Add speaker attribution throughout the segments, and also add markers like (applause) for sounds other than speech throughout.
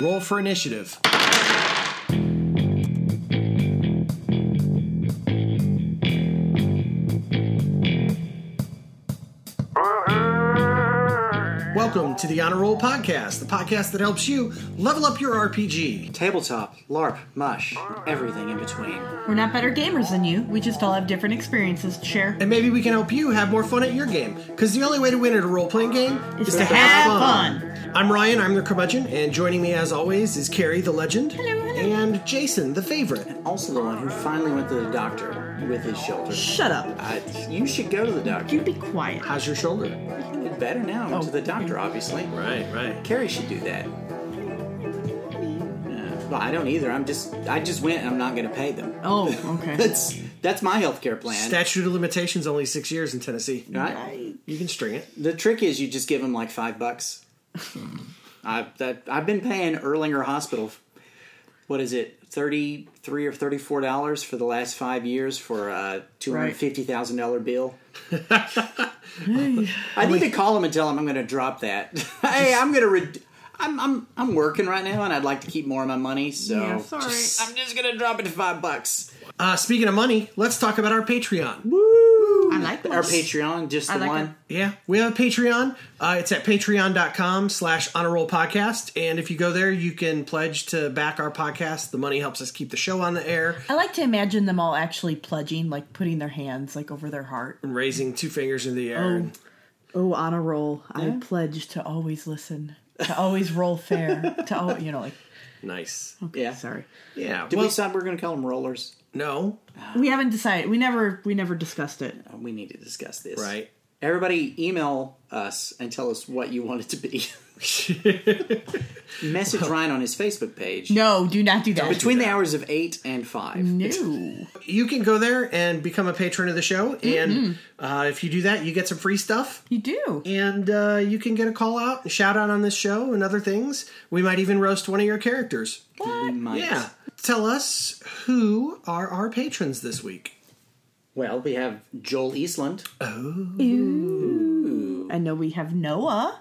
Speaker 1: Roll for initiative. Welcome to the Honor Roll Podcast, the podcast that helps you level up your RPG.
Speaker 2: Tabletop, LARP, mush, everything in between.
Speaker 3: We're not better gamers than you. We just all have different experiences to share.
Speaker 1: And maybe we can help you have more fun at your game, because the only way to win at a role playing game is, to have fun. I'm Ryan, I'm the curmudgeon, and joining me as always is Carrie the legend. And Jason the favorite.
Speaker 2: Also, the one who finally went to the doctor with his shoulder.
Speaker 3: Shut up.
Speaker 2: Uh, you should go to the
Speaker 3: You
Speaker 2: doctor.
Speaker 3: be quiet.
Speaker 1: How's your shoulder?
Speaker 2: Better now. Went to the doctor, obviously.
Speaker 1: Right, right.
Speaker 2: Carrie should do that. Uh, well, I don't either. I'm just, I just went. and I'm not going to pay them.
Speaker 3: Oh, okay. (laughs)
Speaker 2: That's that's my healthcare plan.
Speaker 1: Statute of limitations only six years in Tennessee.
Speaker 2: Right?
Speaker 1: You can string it.
Speaker 2: The trick is you just give them like five bucks.
Speaker 3: Hmm.
Speaker 2: I that I've been paying Erlinger Hospital. What is it, thirty three or thirty four dollars for the last five years for a two hundred fifty thousand dollar
Speaker 3: (laughs)
Speaker 2: bill? I need to call them and tell them I'm going to drop that. (laughs) hey, I'm going to. Re- I'm, I'm I'm working right now, and I'd like to keep more of my money. So
Speaker 3: Yeah, sorry.
Speaker 2: just- I'm just going to drop it to five bucks.
Speaker 1: Uh, speaking of money, let's talk about our Patreon.
Speaker 3: I like
Speaker 2: Our
Speaker 3: those.
Speaker 2: Patreon, just the
Speaker 3: like
Speaker 2: one.
Speaker 3: it.
Speaker 1: Yeah, we have a Patreon. Uh, it's at patreon.com slash honor roll podcast. And if you go there, you can pledge to back our podcast. The money helps us keep the show on the air
Speaker 3: I like to imagine them all actually pledging, like putting their hands like over their heart.
Speaker 1: and raising two fingers in the air. and
Speaker 3: Oh, on a roll, I pledge to always listen, to always roll fair, (laughs) to al you know, like
Speaker 1: Nice.
Speaker 2: Yeah.
Speaker 3: sorry.
Speaker 1: Yeah.
Speaker 2: Did
Speaker 1: well,
Speaker 2: we decide we we're going to call them rollers?
Speaker 1: no.
Speaker 3: We haven't decided. We never, we never discussed it.
Speaker 2: Uh, We need to discuss this.
Speaker 1: Right.
Speaker 2: Everybody, email us and tell us what you want it to
Speaker 3: (laughs)
Speaker 2: be. Message Ryan on his Facebook page
Speaker 3: No, do not do that.
Speaker 2: between the hours of eight and five.
Speaker 3: no.
Speaker 1: You can go there and become a patron of the show. And uh, if you do that, you get some free stuff.
Speaker 3: You do.
Speaker 1: and uh, you can get a call out, a shout out on this show, and other things. We might even roast one of your characters.
Speaker 2: Might.
Speaker 1: Yeah. Tell us who are our patrons this week.
Speaker 2: Well, we have Joel Eastland.
Speaker 3: I know we have Noah.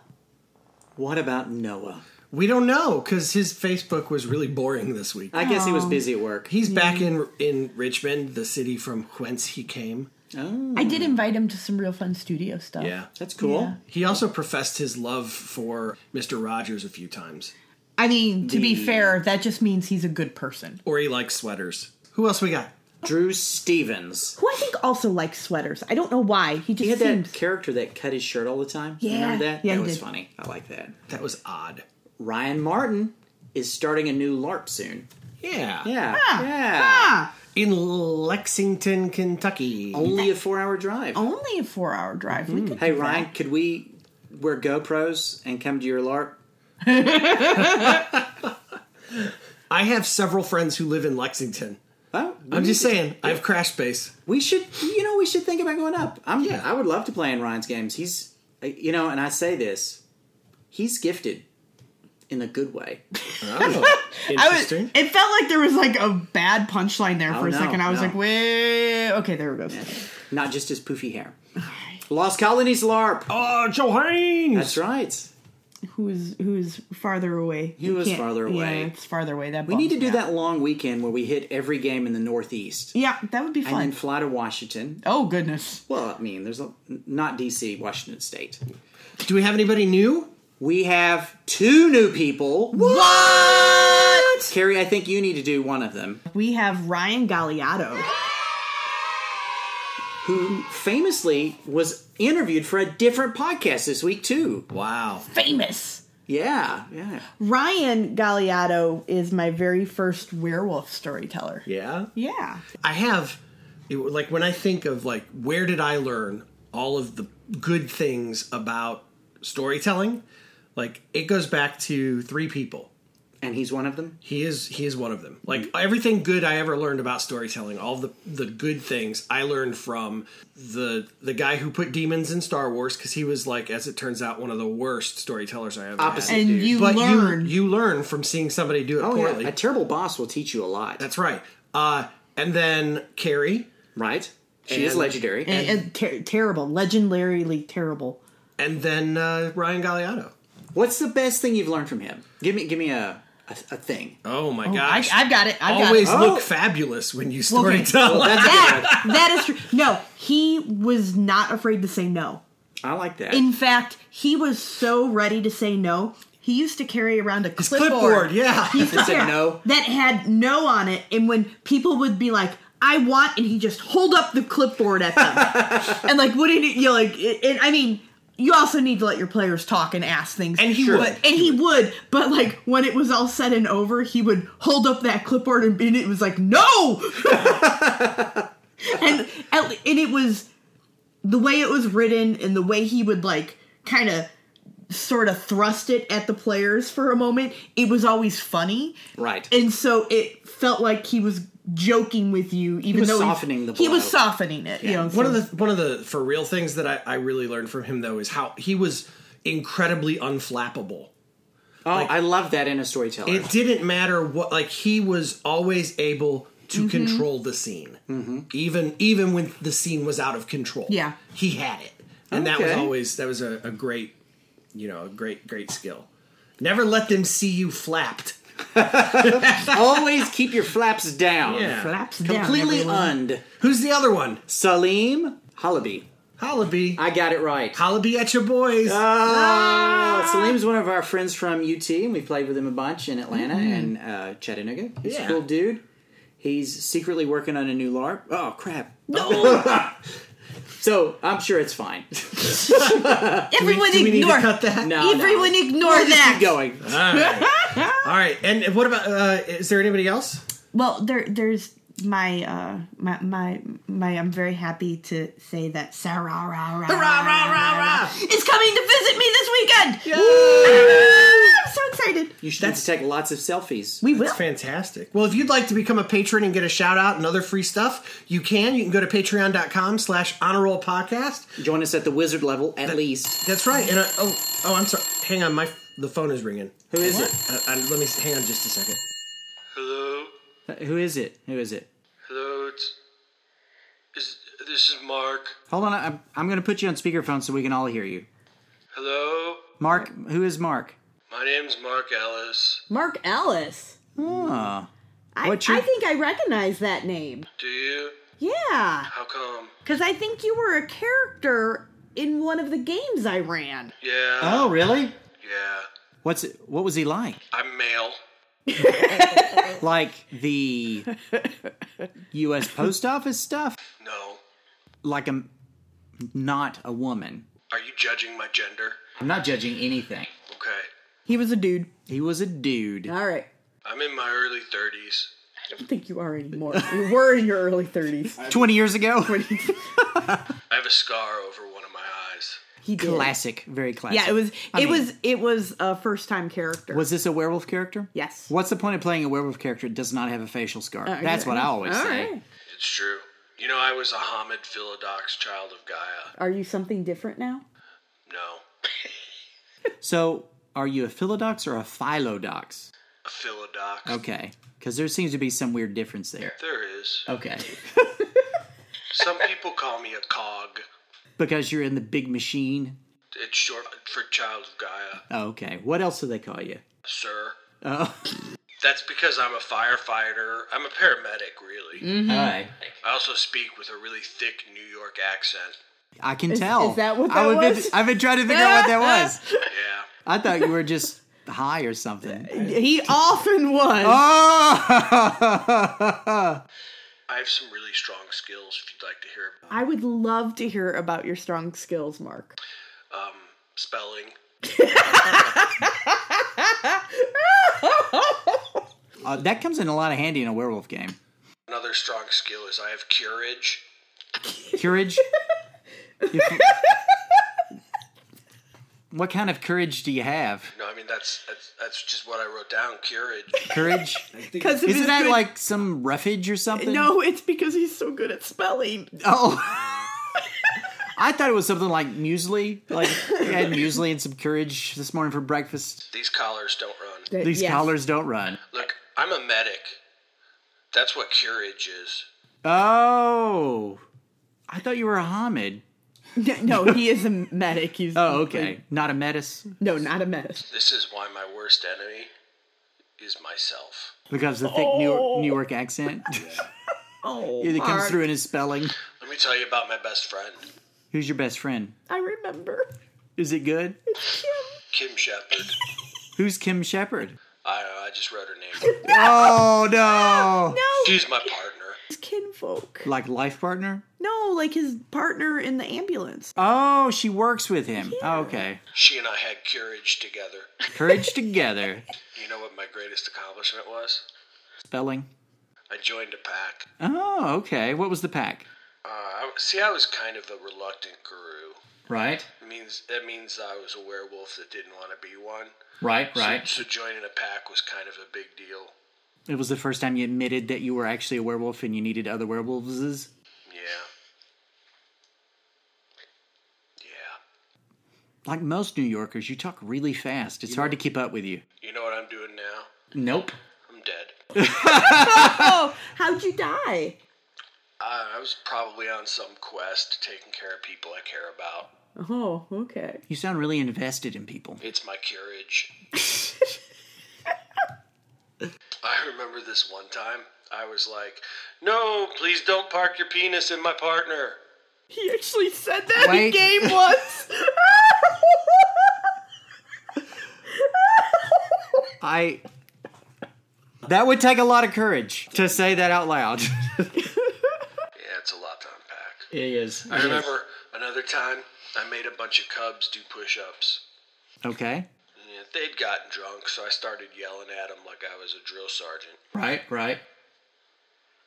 Speaker 2: What about Noah?
Speaker 1: We don't know because his Facebook was really boring this week.
Speaker 2: I guess he
Speaker 3: Oh.
Speaker 2: was busy at work.
Speaker 1: He's back in in Richmond, the city from whence he came.
Speaker 2: Oh,
Speaker 3: I did invite him to some real fun studio stuff.
Speaker 2: that's cool.
Speaker 1: He also professed his love for Mr. Rogers a few times,
Speaker 3: I mean, to be fair, that just means he's a good person.
Speaker 1: or he likes sweaters. Who else we got?
Speaker 2: Drew Stevens.
Speaker 3: Who I think also likes sweaters. I don't know why. He just
Speaker 2: He had
Speaker 3: seems.
Speaker 2: that character that cut his shirt all the time.
Speaker 3: Yeah.
Speaker 2: Remember that?
Speaker 3: Yeah,
Speaker 2: that
Speaker 3: he
Speaker 2: was
Speaker 3: did.
Speaker 2: funny. I like that.
Speaker 1: That was odd.
Speaker 2: Ryan Martin is starting a new LARP soon.
Speaker 1: Yeah.
Speaker 2: Yeah. Yeah.
Speaker 3: ah,
Speaker 1: In Lexington, Kentucky.
Speaker 2: Only a four hour drive.
Speaker 3: only a four-hour drive. We could
Speaker 2: Hey
Speaker 3: do
Speaker 2: Ryan, could we wear GoPros and come to your LARP?
Speaker 1: I have several friends who live in Lexington.
Speaker 2: Well, we
Speaker 1: I'm just
Speaker 2: need to-
Speaker 1: saying, I have crash (laughs) space.
Speaker 2: we should. You know, we should think about going up. I'm.
Speaker 1: Yeah.
Speaker 2: I would love to play in Ryan's games. He's, uh, you know, and I say this, he's gifted, in a good way.
Speaker 3: that. I was,
Speaker 1: Oh, Interesting.
Speaker 3: it felt like there was like a bad punchline there for
Speaker 2: Oh,
Speaker 3: a
Speaker 2: no,
Speaker 3: second. I was
Speaker 2: no.
Speaker 3: like, wait, okay, there it goes.
Speaker 2: Not just his poofy hair. Lost Colonies LARP.
Speaker 1: (laughs) Oh, Joe Haynes!
Speaker 2: That's right.
Speaker 3: Who is who is farther away? Who
Speaker 2: Who
Speaker 3: is
Speaker 2: is farther away?
Speaker 3: Yeah, it's farther away. That
Speaker 2: We need to do that long weekend where we hit every game in the Northeast
Speaker 3: Yeah, that would be
Speaker 2: and
Speaker 3: fun.
Speaker 2: then fly to Washington.
Speaker 3: oh goodness,
Speaker 2: Well, I mean, there's a, not DC, Washington State.
Speaker 1: Do we have anybody new?
Speaker 2: We have two new people. What? Carrie, I think you need to do one of them.
Speaker 3: we have Ryan Galliato.
Speaker 2: Who famously was interviewed for a different podcast this week too.
Speaker 1: Wow.
Speaker 3: Famous.
Speaker 2: Yeah, yeah.
Speaker 3: Ryan Galliato is my very first werewolf storyteller.
Speaker 1: Yeah?
Speaker 3: Yeah.
Speaker 1: I have, it, like, when I think of, like, where did I learn all of the good things about storytelling, like, it goes back to three people.
Speaker 2: And he's one of them.
Speaker 1: He is he is one of them. Like everything good I ever learned about storytelling, all the the good things I learned from the the guy who put demons in Star Wars because he was like, as it turns out, one of the worst storytellers I ever
Speaker 2: Opposite.
Speaker 1: had.
Speaker 3: And you
Speaker 1: But
Speaker 3: learn.
Speaker 1: you you learn from seeing somebody do it
Speaker 2: Oh
Speaker 1: poorly.
Speaker 2: yeah. A terrible boss will teach you a lot.
Speaker 1: That's right. Uh, and then Carrie,
Speaker 2: right. She is
Speaker 1: And-
Speaker 2: legendary.
Speaker 3: and, and ter- terrible, legendarily terrible.
Speaker 1: and then uh, Ryan Galliano.
Speaker 2: What's the best thing you've learned from him? Give me, give me a a, a thing.
Speaker 1: Oh my
Speaker 3: I,
Speaker 1: gosh!
Speaker 3: I've got it. I've
Speaker 1: Always (laughs)
Speaker 3: got it.
Speaker 1: look
Speaker 2: Oh.
Speaker 1: fabulous when you
Speaker 3: Well,
Speaker 1: story
Speaker 3: okay.
Speaker 1: tell. (laughs)
Speaker 3: that, that is true. No, he was not afraid to say no.
Speaker 2: I like that.
Speaker 3: In fact, he was so ready to say no. He used to carry around a clipboard.
Speaker 1: clipboard, yeah.
Speaker 3: He used to
Speaker 2: That said
Speaker 3: carry-
Speaker 2: no?
Speaker 3: That had no on it. And when people would be like, I want, and he just hold up the clipboard
Speaker 1: (laughs)
Speaker 3: at them. and like, wouldn't it, you know, like, it- and I mean, you also need to let your players talk and ask things.
Speaker 1: And he
Speaker 3: Sure.
Speaker 1: would.
Speaker 3: And he would. But like, when it was all said and over, he would hold up that clipboard and, and it was
Speaker 1: (laughs)
Speaker 3: like, no! and, at le- and it was the way it was written and the way he would like kind of sort of thrust it at the players for a moment it was always funny
Speaker 2: right.
Speaker 3: and so it felt like he was joking with you even
Speaker 2: was
Speaker 3: though he-
Speaker 2: softening the
Speaker 3: he was
Speaker 2: blow.
Speaker 3: softening it you know
Speaker 1: one
Speaker 3: so-
Speaker 1: of the one of the for real things that I, I really learned from him though is how he was incredibly unflappable.
Speaker 2: oh, I love that in a storyteller.
Speaker 1: It didn't matter what like he was always able to
Speaker 3: Mm-hmm.
Speaker 1: control the scene. Even even when the scene was out of control.
Speaker 3: Yeah.
Speaker 1: He had it. And that was
Speaker 2: Okay.
Speaker 1: always that was a, a great you know, a great great skill. Never let them see you flapped.
Speaker 2: Always keep your flaps down.
Speaker 1: Yeah.
Speaker 3: flaps down
Speaker 2: Completely
Speaker 3: everyone.
Speaker 2: und.
Speaker 1: Who's the other one?
Speaker 2: Salim Halabi.
Speaker 1: Hollaby.
Speaker 2: I got it right.
Speaker 1: Hollaby at your boys.
Speaker 3: Uh,
Speaker 2: Ah, Salim's one of our friends from UT, and we played with him a bunch in Atlanta and uh, Chattanooga. He's
Speaker 1: Yeah.
Speaker 2: a cool dude. He's secretly working on a new LARP. Oh, crap. (laughs)
Speaker 1: no.
Speaker 2: So I'm sure it's (laughs) fine.
Speaker 3: everyone
Speaker 1: Do we need
Speaker 3: ignore
Speaker 1: to cut that?
Speaker 2: No,
Speaker 3: everyone
Speaker 2: no.
Speaker 3: ignore that
Speaker 2: Keep
Speaker 3: (laughs)
Speaker 2: going.
Speaker 1: All right. All right. And what about uh is there anybody else?
Speaker 3: well there there's my uh my my my i'm very happy to say that sarah rah, rah,
Speaker 1: Rah, rah, rah, rah.
Speaker 3: is coming to visit me this weekend i'm so excited
Speaker 2: You should need to take lots of selfies.
Speaker 3: we
Speaker 1: That's
Speaker 3: will
Speaker 1: fantastic. Well, if you'd like to become a patron and get a shout out and other free stuff, you can. You can go to patreon.com slash honor roll podcast.
Speaker 2: Join us at the wizard level, at least.
Speaker 1: That's right. And I, oh, oh, I'm sorry. Hang on. My the phone is ringing.
Speaker 2: Who is
Speaker 1: Uh, uh, let me hang on just a second.
Speaker 4: Hello,
Speaker 2: it? Uh, Who is it? Who is it?
Speaker 4: hello. It's is this is Mark.
Speaker 2: Hold on, I'm, I'm going to put you on speakerphone so we can all hear you.
Speaker 4: Hello,
Speaker 2: Mark, who is Mark?
Speaker 4: my name's Mark Ellis.
Speaker 3: mark ellis
Speaker 2: Oh.
Speaker 3: I,
Speaker 2: What's your-
Speaker 3: I think I recognize that name.
Speaker 4: Do you?
Speaker 3: Yeah,
Speaker 4: How come?
Speaker 3: because I think you were a character in one of the games I ran.
Speaker 4: Yeah,
Speaker 2: Oh, really?
Speaker 4: yeah.
Speaker 2: What's it, what was he like?
Speaker 4: I'm male.
Speaker 2: Like the U.S. Post Office stuff?
Speaker 4: No,
Speaker 2: Like a not a woman.
Speaker 4: are you judging my gender?
Speaker 2: I'm not judging anything.
Speaker 4: Okay,
Speaker 3: He was a dude.
Speaker 2: He was a dude.
Speaker 3: All right.
Speaker 4: I'm in my early thirties.
Speaker 3: I don't think you are anymore. you were in your early 30s.
Speaker 2: 20 years ago.
Speaker 3: (laughs)
Speaker 4: I have a scar over one of my eyes.
Speaker 3: He did.
Speaker 2: classic, very classic.
Speaker 3: Yeah, it was.
Speaker 2: I
Speaker 3: it
Speaker 2: mean-
Speaker 3: was. It was a first time character.
Speaker 2: Was this a werewolf character?
Speaker 3: yes.
Speaker 2: What's the point of playing a werewolf character that does not have a facial scar? That's what I always
Speaker 3: Oh, All
Speaker 2: say.
Speaker 3: right.
Speaker 4: It's true. You know, I was a Hamid Philodox child of Gaia.
Speaker 3: Are you something different now?
Speaker 4: No,
Speaker 2: So, are you a philodox or a philodox?
Speaker 4: a Philodox.
Speaker 2: Okay. Because there seems to be some weird difference there.
Speaker 4: There is.
Speaker 3: (laughs)
Speaker 2: Okay.
Speaker 4: Some people call me a cog.
Speaker 2: because you're in the big machine.
Speaker 4: It's short for child of Gaia.
Speaker 2: Oh, okay. What else do they call you?
Speaker 4: sir.
Speaker 2: Oh,
Speaker 4: That's because I'm a firefighter. I'm a paramedic, really.
Speaker 3: Mm-hmm.
Speaker 2: all right.
Speaker 4: I also speak with a really thick New York accent.
Speaker 2: I can tell.
Speaker 3: is that what
Speaker 2: I
Speaker 3: that
Speaker 2: would been-
Speaker 3: was?
Speaker 2: I've been trying to figure out what that was.
Speaker 3: (laughs)
Speaker 4: Yeah.
Speaker 2: I thought you were just high or something.
Speaker 3: He often was.
Speaker 2: Oh! (laughs)
Speaker 4: I have some really strong skills if you'd like to hear about
Speaker 3: I would love to hear about your strong skills, Mark.
Speaker 4: um, spelling.
Speaker 2: Uh, that comes in a lot of handy in a werewolf game.
Speaker 4: Another strong skill is I have courage.
Speaker 2: Courage. If- (laughs) what kind of courage do you have?
Speaker 4: No, I mean that's that's, that's just what I wrote down. Courage.
Speaker 3: (laughs)
Speaker 2: Courage.
Speaker 3: Because
Speaker 2: Isn't that like some refuge or something?
Speaker 3: No, it's because he's so good at spelling.
Speaker 2: (laughs) Oh. (laughs) I thought it was something like muesli. Like I had muesli and some courage this morning for breakfast.
Speaker 4: These collars don't run.
Speaker 2: These
Speaker 3: Yes.
Speaker 2: collars don't run.
Speaker 4: Look, I'm a medic. That's what courage is.
Speaker 2: Oh. I thought you were a Hamid.
Speaker 3: (laughs) No, he is a medic. He's
Speaker 2: Oh, okay. Not a Metis.
Speaker 3: No, not a medic.
Speaker 4: This is why my worst enemy is myself.
Speaker 2: because of the thick New York, New York accent (laughs)
Speaker 3: Oh,
Speaker 2: it comes
Speaker 3: Mark,
Speaker 2: through in his spelling.
Speaker 4: Let me tell you about my best friend,
Speaker 2: Who's your best friend?
Speaker 3: I remember.
Speaker 2: Is it good?
Speaker 4: Kim Shepard.
Speaker 2: Who's Kim Shepard?
Speaker 4: I I just wrote her name.
Speaker 2: Oh (laughs) no!
Speaker 3: No,
Speaker 4: She's my partner.
Speaker 3: his kinfolk.
Speaker 2: Like life partner?
Speaker 3: No, like his partner in the ambulance.
Speaker 2: (laughs) Oh, she works with him. Oh, okay.
Speaker 4: She and I had courage together.
Speaker 2: Courage together.
Speaker 4: You know what my greatest accomplishment was?
Speaker 2: Spelling.
Speaker 4: I joined a pack.
Speaker 2: Oh, okay. What was the pack?
Speaker 4: Uh, I, see, I was kind of a reluctant guru.
Speaker 2: Right.
Speaker 4: It means that means I was a werewolf that didn't want to be one.
Speaker 2: Right.
Speaker 4: So joining a pack was kind of a big deal.
Speaker 2: It was the first time you admitted that you were actually a werewolf and you needed other werewolves.
Speaker 4: Yeah. Yeah.
Speaker 2: Like most New Yorkers, you talk really fast. It's hard to keep up with you.
Speaker 4: You know what I'm doing now?
Speaker 2: Nope.
Speaker 4: I'm dead.
Speaker 3: Oh, how'd you die?
Speaker 4: I, I was probably on some quest taking care of people I care about.
Speaker 3: Oh, okay.
Speaker 2: You sound really invested in (laughs) people.
Speaker 4: It's my courage. I remember this one time. I was like, no, please don't park your penis in my partner.
Speaker 3: He actually said that
Speaker 2: Wait. (laughs)
Speaker 3: in game once.
Speaker 2: I. That would take a lot of courage to say that out loud. (laughs)
Speaker 4: Yeah, it's a lot to unpack.
Speaker 2: It is.
Speaker 4: I remember another time I made a bunch of cubs do push ups.
Speaker 2: Okay.
Speaker 4: Yeah, they'd gotten drunk, so I started yelling at them like I was a drill sergeant.
Speaker 2: Right, right.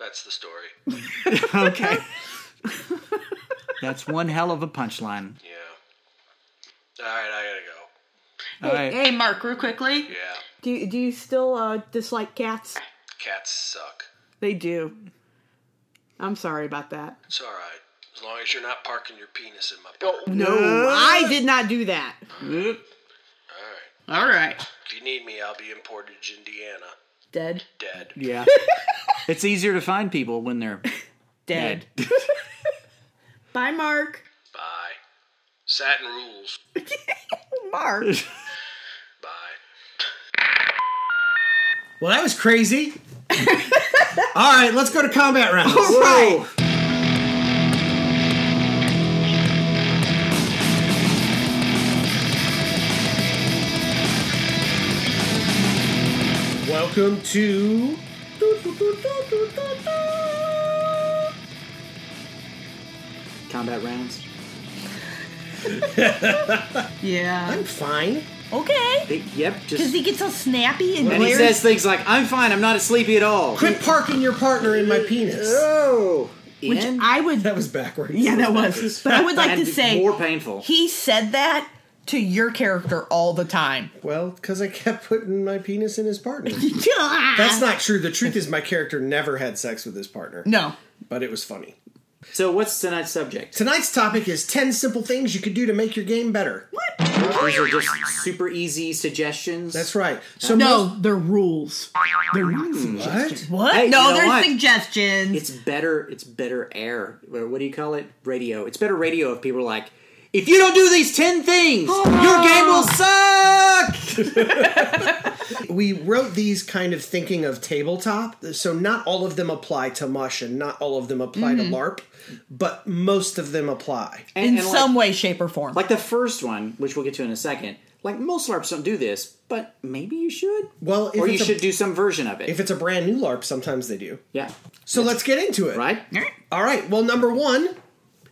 Speaker 4: That's the story.
Speaker 2: (laughs) Okay. That's one hell of a punchline.
Speaker 4: Yeah. All right, I gotta go.
Speaker 2: All right.
Speaker 3: hey, Mark, real quickly.
Speaker 4: Yeah,
Speaker 3: Do, do you still uh, dislike cats?
Speaker 4: cats suck.
Speaker 3: They do. I'm sorry about that.
Speaker 4: It's all right, as long as you're not parking your penis in my butt.
Speaker 3: No, I did not do that.
Speaker 4: All right.
Speaker 3: All right.
Speaker 4: If you need me, I'll be in Portage, Indiana.
Speaker 3: Dead.
Speaker 4: Dead.
Speaker 2: Yeah. It's easier to find people when they're
Speaker 3: Dead.
Speaker 2: dead.
Speaker 3: (laughs) Bye, Mark.
Speaker 4: Bye. Satin rules.
Speaker 3: Mark.
Speaker 4: Bye.
Speaker 1: Well, that was (laughs) crazy. All right, let's go to combat rounds.
Speaker 2: Right.
Speaker 1: Welcome to
Speaker 2: Combat rounds.
Speaker 3: yeah.
Speaker 2: (laughs)
Speaker 1: I'm fine.
Speaker 3: Okay.
Speaker 2: They- yep.
Speaker 3: Because
Speaker 2: Just.
Speaker 3: he gets so snappy and
Speaker 2: and he
Speaker 3: glares.
Speaker 2: says things like, "I'm fine. I'm not sleepy at all."
Speaker 1: Quit parking your partner in my penis.
Speaker 2: Oh.
Speaker 3: which
Speaker 2: Ian?
Speaker 3: I would.
Speaker 1: Uh, That was backwards.
Speaker 3: yeah, that was. But I would like to
Speaker 2: That'd be
Speaker 3: say
Speaker 2: more painful.
Speaker 3: he said that to your character all
Speaker 2: (laughs)
Speaker 3: the time.
Speaker 1: Well, because I kept putting my penis in his (laughs) partner. That's not true. The truth is, my character never had sex with his partner,
Speaker 3: No.
Speaker 1: but it was funny.
Speaker 2: So what's tonight's subject?
Speaker 1: Tonight's topic is 10 simple things you could do to make your game better.
Speaker 2: These are just super easy suggestions.
Speaker 1: That's right. So
Speaker 3: No,
Speaker 1: most-
Speaker 3: they're rules. They're not
Speaker 1: what?
Speaker 3: What?
Speaker 2: Hey,
Speaker 3: no,
Speaker 2: you know
Speaker 3: they're
Speaker 2: what?
Speaker 3: suggestions.
Speaker 2: It's better. It's better air. Or What do you call it? Radio. It's better radio if people are like, if you don't do these ten things, your game will suck.
Speaker 1: We wrote these kind of thinking of tabletop, so not all of them apply to mush and not all of them apply
Speaker 2: Mm-hmm.
Speaker 1: to LARP, but most of them apply.
Speaker 2: And,
Speaker 3: in
Speaker 2: and
Speaker 3: some
Speaker 2: like,
Speaker 3: way, shape, or form.
Speaker 2: like the first one, which we'll get to in a second. Like most LARPs don't do this, but maybe you should.
Speaker 1: Well, if
Speaker 2: or you
Speaker 1: it's a-
Speaker 2: should do some version of it.
Speaker 1: If it's a brand new LARP, sometimes they do.
Speaker 2: yeah.
Speaker 1: So let's get into it.
Speaker 2: Right.
Speaker 1: All right. Well, number one,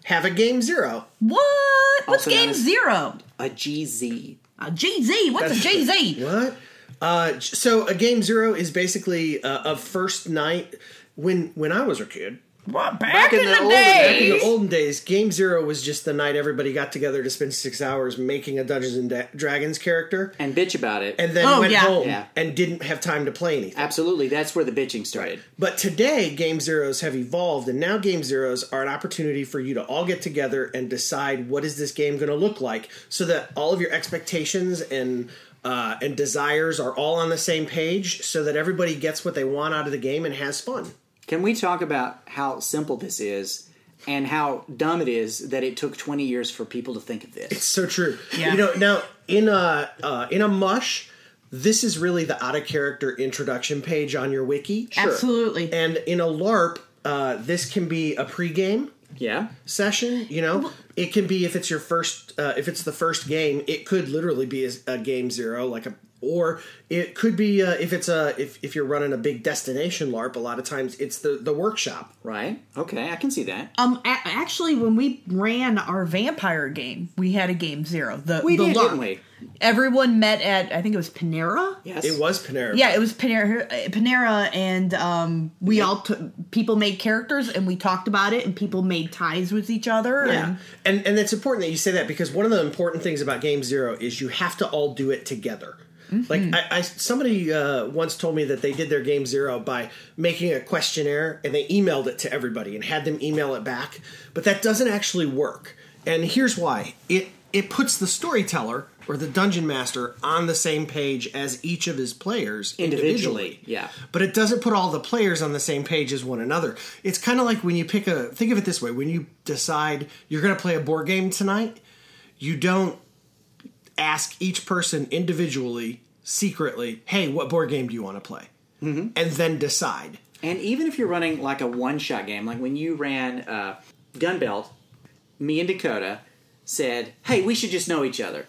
Speaker 1: have a game zero.
Speaker 3: what? What's
Speaker 2: Also known
Speaker 3: game
Speaker 2: as-
Speaker 3: zero?
Speaker 2: A GZ.
Speaker 3: A GZ. What's a
Speaker 1: That's-
Speaker 3: GZ?
Speaker 1: What? Uh, j- so a game zero is basically uh, a first night. When when I was a kid,
Speaker 3: Back,
Speaker 2: in
Speaker 3: in
Speaker 2: the
Speaker 3: the,
Speaker 2: olden-
Speaker 1: back in
Speaker 3: day.
Speaker 1: the olden days, game zero was just the night everybody got together to spend six hours making a Dungeons and Da- Dragons character,
Speaker 2: And bitch about it.
Speaker 1: and then
Speaker 3: Oh,
Speaker 1: went
Speaker 3: yeah.
Speaker 1: home
Speaker 2: Yeah.
Speaker 1: and didn't have time to play anything.
Speaker 2: Absolutely, that's where the bitching started.
Speaker 1: But today, game zeros have evolved, and now game zeros are an opportunity for you to all get together and decide what is this game going to look like, so that all of your expectations and uh, and desires are all on the same page, so that everybody gets what they want out of the game and has fun.
Speaker 2: Can we talk about how simple this is and how dumb it is that it took 20 years for people to think of this?
Speaker 1: So true.
Speaker 3: Yeah.
Speaker 1: You know, now in a uh, in a mush, this is really the out of character introduction page on your wiki.
Speaker 3: Absolutely.
Speaker 1: And in a LARP, uh, this can be a pregame
Speaker 2: Yeah.
Speaker 1: session. You know, it can be if it's your first, uh, if it's the first game, it could literally be a, a game zero, like a, or it could be uh, if it's a if if you're running a big destination LARP. A lot of times, it's the the workshop.
Speaker 2: Right. Okay, I can see that.
Speaker 3: Um, a- actually, when we ran our vampire game, we had a game zero. The
Speaker 2: We
Speaker 3: the
Speaker 2: did,
Speaker 3: LARP.
Speaker 2: didn't we?
Speaker 3: Everyone met at I think it was Panera.
Speaker 2: Yes.
Speaker 1: It was Panera.
Speaker 3: Yeah, it was Panera, Panera, and um, we all t- people made characters and we talked about it, and people made ties with each other.
Speaker 1: Yeah.
Speaker 3: and-
Speaker 1: And and it's important that you say that because one of the important things about Game Zero is you have to all do it together. Like I, I somebody uh, once told me that they did their Game Zero by making a questionnaire and they emailed it to everybody and had them email it back, but that doesn't actually work. And here's why: it it puts the storyteller or the dungeon master on the same page as each of his players
Speaker 2: individually. Yeah.
Speaker 1: but it doesn't put all the players on the same page as one another. It's kind of like when you pick a think of it this way, when you decide you're going to play a board game tonight, you don't ask each person individually secretly, "Hey, what board game do you want to play?"
Speaker 2: Mm-hmm.
Speaker 1: and then decide.
Speaker 2: And even if you're running like a one shot game, like when you ran uh, Gunbelt, me and Dakota said, hey, we should just know each other.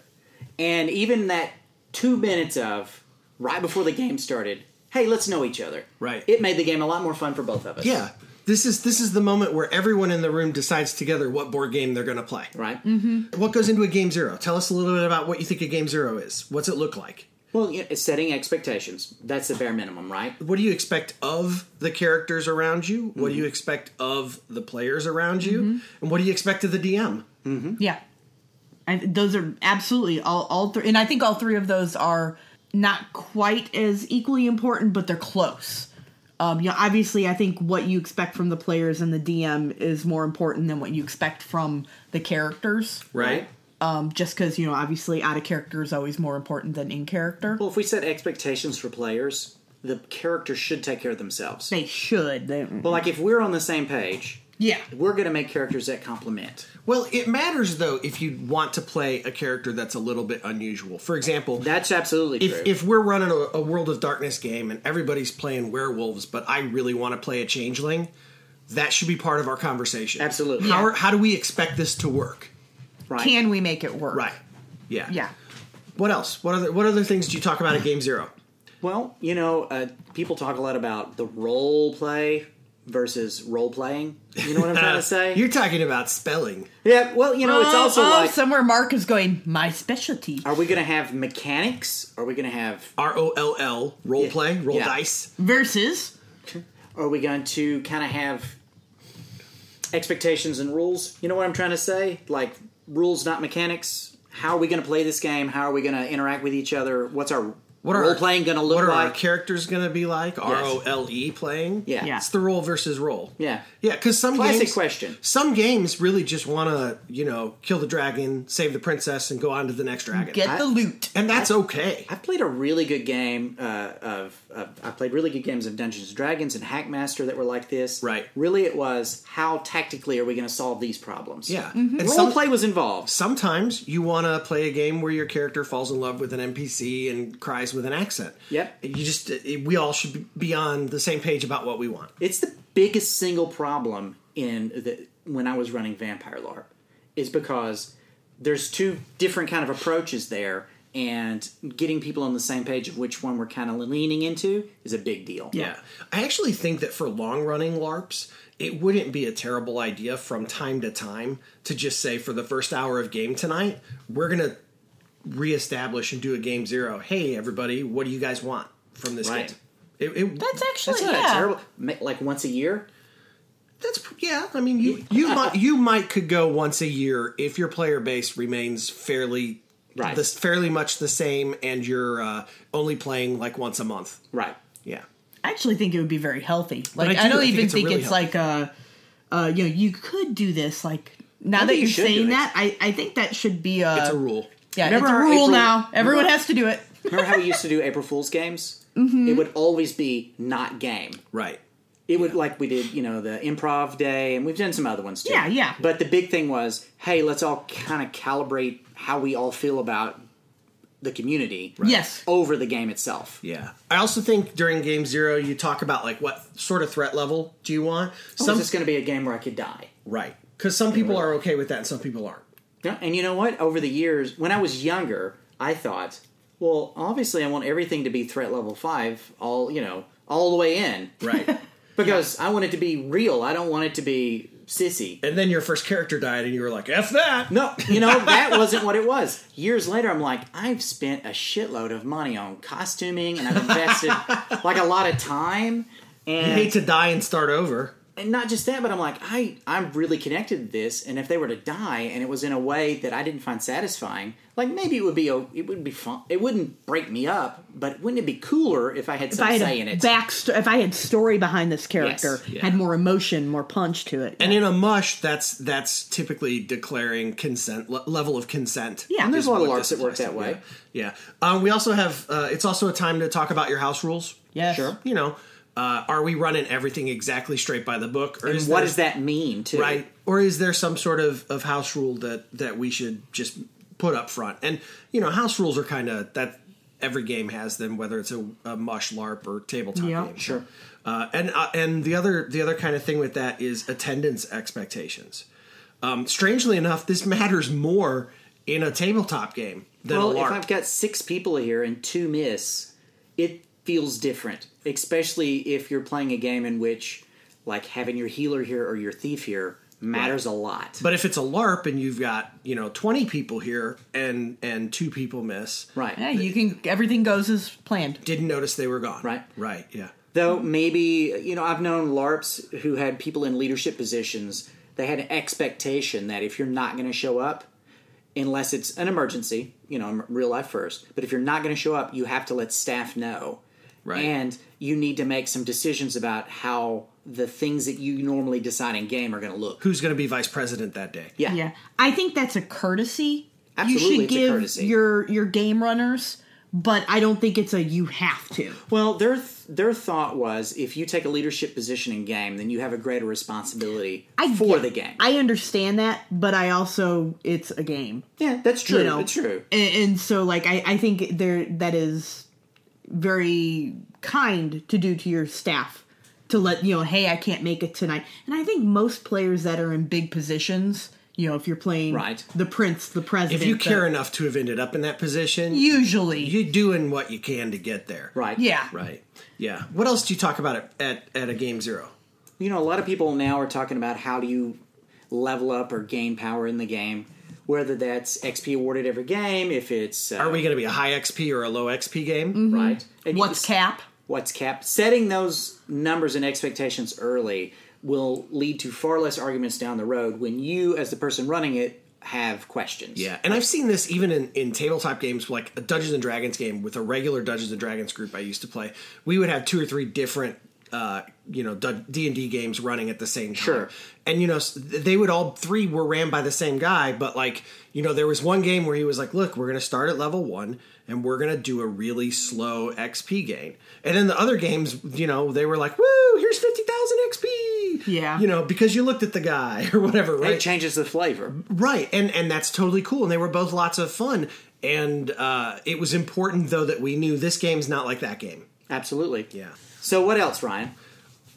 Speaker 2: And even that two minutes of right before the game started, hey, let's know each other.
Speaker 1: Right.
Speaker 2: It made the game a lot more fun for both of us.
Speaker 1: Yeah. This is this is the moment where everyone in the room decides together what board game they're going to play.
Speaker 2: Right?
Speaker 1: What goes into a game 0? Tell us a little bit about what you think a game 0 is. What's it look like?
Speaker 2: Well, you know, it's setting expectations. That's the bare minimum, right?
Speaker 1: what do you expect of the characters around you? What
Speaker 2: Mm-hmm.
Speaker 1: do you expect of the players around you? And what do you expect of the DM?
Speaker 3: yeah. I, those are absolutely all all three, and I think all three of those are not quite as equally important, but they're close. Um, you know, obviously, I think what you expect from the players and the DM is more important than what you expect from the characters.
Speaker 1: Right?
Speaker 3: Um, just because you know, obviously, out of character is always more important than in character.
Speaker 2: Well, if we set expectations for players, the characters should take care of themselves.
Speaker 3: They should. They,
Speaker 2: Well, like if we're on the same page,
Speaker 3: yeah.
Speaker 2: we're going to make characters that complement.
Speaker 1: Well, it matters though if you want to play a character that's a little bit unusual. For example,
Speaker 2: That's absolutely true.
Speaker 1: if, if we're running a, a World of Darkness game and everybody's playing werewolves, but I really want to play a changeling, that should be part of our conversation.
Speaker 2: Absolutely.
Speaker 1: How, are, how do we expect this to work?
Speaker 2: right.
Speaker 3: Can we make it work?
Speaker 1: Right. Yeah.
Speaker 3: Yeah.
Speaker 1: What else? What other what other things do you talk about at Game Zero?
Speaker 2: Well, you know, uh, people talk a lot about the role play versus role playing. You know what I'm
Speaker 1: (laughs)
Speaker 2: trying to say?
Speaker 1: Uh, You're talking about spelling.
Speaker 2: Yeah. Well, you know, it's
Speaker 3: Oh,
Speaker 2: also
Speaker 3: oh,
Speaker 2: like,
Speaker 3: somewhere Mark is going. My specialty.
Speaker 2: are we going to have mechanics? Are we going to have?
Speaker 1: R O L L role
Speaker 2: Yeah.
Speaker 1: play, roll
Speaker 2: Yeah.
Speaker 1: dice.
Speaker 3: Versus.
Speaker 2: Are we going to kind of have expectations and rules? You know what I'm trying to say? Like rules, not mechanics. How are we going to play this game? How are we going to interact with each other? What's our
Speaker 1: are
Speaker 2: role
Speaker 1: our-
Speaker 2: playing going to look
Speaker 1: What are our
Speaker 2: like?
Speaker 1: characters going to be like? R O L E playing.
Speaker 2: Yeah.
Speaker 3: Yeah.
Speaker 1: it's the role versus role.
Speaker 2: Yeah.
Speaker 1: yeah. Because some
Speaker 2: Classic
Speaker 1: games,
Speaker 2: question.
Speaker 1: Some games really just want to you know kill the dragon, save the princess, and go on to the next dragon.
Speaker 3: Get the loot.
Speaker 1: and that's okay.
Speaker 2: I played a really good game uh, of, of I played really good games of Dungeons and Dragons and Hackmaster that were like this.
Speaker 1: Right.
Speaker 2: Really, it was how tactically are we going to solve these problems?
Speaker 1: yeah, and
Speaker 2: Mm-hmm. Role
Speaker 1: some,
Speaker 2: play was involved.
Speaker 1: sometimes you want to play a game where your character falls in love with an NPC and cries with an accent.
Speaker 2: Yep.
Speaker 1: you just it, we all should be on the same page about what we want.
Speaker 2: It's the biggest single problem in the when I was running Vampire LARP is because there's two different kind of approaches there, and getting people on the same page of which one we're kind of leaning into is a big deal.
Speaker 1: Yeah. I actually think that for long running LARPs, it wouldn't be a terrible idea from time to time to just say for the first hour of game tonight, we're going to reestablish and do a game zero. Hey, everybody, what do you guys want from this
Speaker 2: Right.
Speaker 1: game? It, it,
Speaker 3: That's actually
Speaker 2: That's not
Speaker 3: yeah.
Speaker 2: a terrible. ma- Like once a year,
Speaker 1: that's yeah. I mean, you you might you might could go once a year if your player base remains fairly
Speaker 2: Right.
Speaker 1: this fairly much the same, and you're uh, only playing like once a month.
Speaker 2: right?
Speaker 1: Yeah,
Speaker 3: I actually think it would be very healthy. Like
Speaker 1: I
Speaker 3: I,
Speaker 1: do,
Speaker 3: don't
Speaker 1: I think
Speaker 3: even
Speaker 1: it's a
Speaker 3: think
Speaker 1: really
Speaker 3: it's like uh, uh, you know, you could do this. Like now
Speaker 2: Maybe
Speaker 3: that
Speaker 2: you
Speaker 3: you're
Speaker 2: should do
Speaker 3: saying
Speaker 2: it.
Speaker 3: that, I, I think that should be a,
Speaker 1: it's a rule.
Speaker 3: yeah, it's
Speaker 2: Remember
Speaker 3: a
Speaker 2: our
Speaker 3: rule
Speaker 2: April-
Speaker 3: now. Everyone
Speaker 2: remember-
Speaker 3: has to do it.
Speaker 2: Remember how we used to do April Fool's games? It would always be not game.
Speaker 1: Right.
Speaker 2: It would like we did, you know, the improv day, and we've done some other ones too.
Speaker 3: Yeah, yeah.
Speaker 2: But the big thing was, hey, let's all kind of calibrate how we all feel about the community
Speaker 3: Yes.
Speaker 2: over the game itself.
Speaker 1: Yeah. I also think during game zero, you talk about like what sort of threat level do you want?
Speaker 2: So
Speaker 1: Some
Speaker 2: it's going to be a game where I could die.
Speaker 1: right because some people are okay with that and some people aren't.
Speaker 2: Yeah, and you know what? Over the years, when I was younger, I thought, well, obviously, I want everything to be threat level five, all you know, all the way in,
Speaker 1: Right.
Speaker 2: because I want it to be real. I don't want it to be sissy.
Speaker 1: and then your first character died, and you were like, "F that."
Speaker 2: No, you know that wasn't what it was. Years later, I'm like, I've spent a shitload of money on costuming, and I've invested like a lot of time. And
Speaker 1: You hate to die and start over.
Speaker 2: and not just that, but I'm like, I I'm really connected to this, and if they were to die, and it was in a way that I didn't find satisfying, like maybe it would be a, it would be fun, it wouldn't break me up, but wouldn't it be cooler if I had
Speaker 3: If I
Speaker 2: some
Speaker 3: had
Speaker 2: say in
Speaker 3: a
Speaker 2: it?
Speaker 3: backstory, if I had story behind this character,
Speaker 2: Yes,
Speaker 3: had more emotion, more punch to it.
Speaker 1: And in a mush, that's that's typically declaring consent le- level of consent.
Speaker 3: Yeah. And
Speaker 2: there's a lot of
Speaker 1: What this
Speaker 2: LARPs that work
Speaker 1: applies
Speaker 2: that
Speaker 1: to,
Speaker 2: way.
Speaker 1: Yeah. yeah. Um, we also have. Uh, it's also a time to talk about your house rules.
Speaker 3: yes.
Speaker 2: Sure.
Speaker 1: You know, uh, are we running everything exactly straight by the book, or is
Speaker 2: What
Speaker 1: there-
Speaker 2: does that mean? To
Speaker 1: right or is there some sort of, of house rule that that we should just put up front and you know house rules are kind of that every game has them whether it's a, a mush larp or tabletop
Speaker 3: Yeah.
Speaker 1: game
Speaker 2: Sure.
Speaker 1: uh, and uh, and the other the other kind of thing with that is attendance expectations um, strangely enough this (laughs) matters more in a tabletop game than
Speaker 2: Well,
Speaker 1: a
Speaker 2: if
Speaker 1: larp
Speaker 2: I've got six people here and two miss, it feels different, especially if you're playing a game in which like having your healer here or your thief here matters a lot.
Speaker 1: but if it's a larp and you've got you know 20 people here and and two people miss
Speaker 2: right.
Speaker 3: Yeah, you can. Everything goes as planned.
Speaker 1: didn't notice they were gone
Speaker 2: Right.
Speaker 1: right yeah
Speaker 2: Though maybe you know, I've known LARPs who had people in leadership positions. They had an expectation that if you're not going to show up, unless it's an emergency, you know, in real life first. But if you're not going to show up, you have to let staff know,
Speaker 1: Right.
Speaker 2: And you need to make some decisions about how the things that you normally decide in game are going to look.
Speaker 1: who's going to be vice president that day
Speaker 2: Yeah,
Speaker 3: Yeah, I think that's a courtesy.
Speaker 2: Absolutely,
Speaker 3: you should
Speaker 2: it's a
Speaker 3: give
Speaker 2: courtesy.
Speaker 3: your your game runners, but I don't think it's a you have to.
Speaker 2: Well, their th- their thought was if you take a leadership position in game, then you have a greater responsibility
Speaker 3: I
Speaker 2: for
Speaker 3: get-
Speaker 2: the game.
Speaker 3: I understand that, but I also it's a game.
Speaker 2: yeah, that's true.
Speaker 3: You know,
Speaker 2: It's true.
Speaker 3: And, and so, like, I I think there that is very kind to do to your staff to let you know, hey, I can't make it tonight. And I think most players that are in big positions, you know, if you're playing
Speaker 2: Right.
Speaker 3: the prince, the president,
Speaker 1: if you
Speaker 3: the-
Speaker 1: care enough to have ended up in that position, you,
Speaker 3: usually,
Speaker 1: you're doing what you can to get there.
Speaker 2: Right.
Speaker 3: yeah,
Speaker 1: Right. Yeah. What else do you talk about at, at, at a game zero?
Speaker 2: you know a lot of people now are talking about how do you level up or gain power in the game whether that's xp awarded every game if it's uh,
Speaker 1: Are we going to be a high XP or a low XP game?
Speaker 2: right and you
Speaker 3: What's
Speaker 2: can-
Speaker 3: cap?
Speaker 2: what's capped setting those numbers and expectations early will lead to far less arguments down the road when you as the person running it have questions
Speaker 1: Yeah. And I've seen this even in, in tabletop games, like a Dungeons and Dragons game with a regular Dungeons and Dragons group I used to play. We would have two or three different, uh, you know, D and D games running at the same time.
Speaker 2: Sure.
Speaker 1: And you know, s- they would all three were ran by the same guy, but like, you know, there was one game where he was like, "Look, we're going to start at level one, and we're going to do a really slow XP gain." And then the other games, you know, they were like, "Woo, here's fifty thousand XP."
Speaker 3: Yeah.
Speaker 1: You know, because you looked at the guy (laughs) or whatever, right?
Speaker 2: it changes the flavor
Speaker 1: right and and that's totally cool and they were both lots of fun and uh, it was important though that we knew this game's not like that game
Speaker 2: absolutely
Speaker 1: yeah
Speaker 2: so what else ryan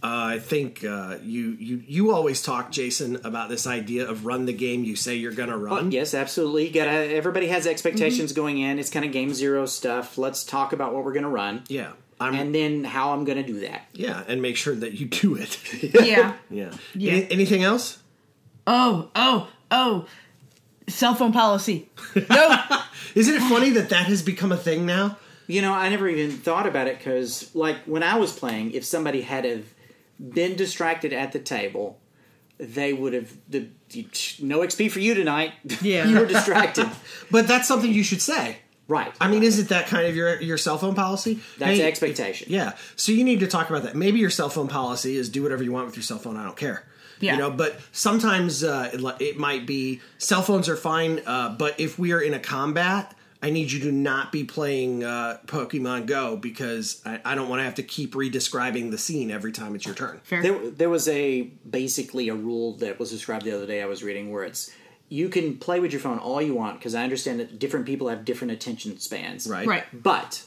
Speaker 1: i think uh, you you you always talk jason about this idea of run the game you say you're gonna run
Speaker 2: Yes, absolutely. You gotta. Everybody has expectations going in. It's kind of game zero stuff. Let's talk about what we're gonna run.
Speaker 1: yeah i'm
Speaker 2: and then how I'm going to do that.
Speaker 1: yeah and make sure that you (laughs) do it
Speaker 3: yeah.
Speaker 1: yeah, Any- anything else
Speaker 3: (laughs) Oh, oh, oh. Cell phone policy. No.
Speaker 1: isn't it funny that that has become a thing now
Speaker 2: You know, I never even thought about it because, like, when I was playing, if somebody had have been distracted at the table, they would have the you- no XP for you tonight. (laughs)
Speaker 3: Yeah.
Speaker 2: you were distracted,
Speaker 1: but that's something you should say
Speaker 2: right?
Speaker 1: I mean, isn't that kind of your your cell phone policy?
Speaker 2: That's
Speaker 1: Hey,
Speaker 2: expectation.
Speaker 1: Yeah. So you need to talk about that. Maybe your cell phone policy is do whatever you want with your cell phone. I don't care.
Speaker 3: Yeah.
Speaker 1: You know, but sometimes uh, it, li- it might be cell phones are fine, uh, but if we are in a combat, I need you to not be playing uh, Pokemon Go because I, I don't want to have to keep re-describing the scene every time it's your turn.
Speaker 3: Fair.
Speaker 2: There, there was a basically a rule that was described the other day I was reading where it's you can play with your phone all you want because I understand that different people have different attention spans.
Speaker 1: Right.
Speaker 3: Right.
Speaker 2: But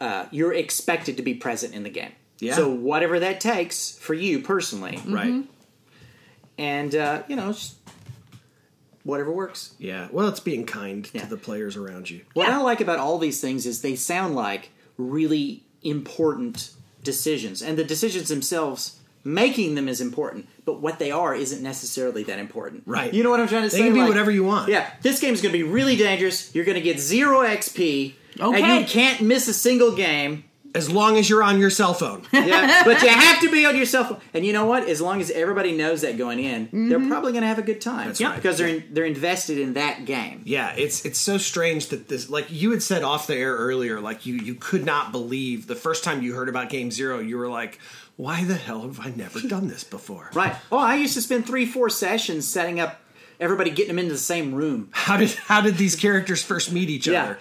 Speaker 2: uh, you're expected to be present in the game.
Speaker 1: Yeah.
Speaker 2: So whatever that takes for you personally,
Speaker 1: Right.
Speaker 2: and uh, you know, just whatever works.
Speaker 1: Yeah. Well, it's being kind
Speaker 2: Yeah.
Speaker 1: to the players around you.
Speaker 2: What I like about all these things is they sound like really important decisions, and the decisions themselves. Making them is important, but what they are isn't necessarily that important.
Speaker 1: Right.
Speaker 2: You know what I'm trying to
Speaker 1: They
Speaker 2: say?
Speaker 1: can be whatever you want.
Speaker 2: Yeah. This game's going to be really dangerous. You're going to get zero XP. And
Speaker 3: Okay.
Speaker 2: you can't miss a single
Speaker 1: (laughs)
Speaker 2: game.
Speaker 1: As long as you're on your cell phone.
Speaker 2: Yeah. but you have to be on your cell phone. And you know what? As long as everybody knows that going in, they're probably going to have a good
Speaker 1: Mm-hmm.
Speaker 2: time.
Speaker 1: That's right.
Speaker 2: Because they're in, they're invested in that game.
Speaker 1: yeah, it's it's so strange that this like you had said off the air earlier, like you you could not believe the first time you heard about Game Zero, you were like, Why the hell have I never done this before?
Speaker 2: (laughs) Right. Oh, I used to spend three, four sessions setting up everybody getting them into the same room.
Speaker 1: How did how did these characters first meet each
Speaker 2: Yeah.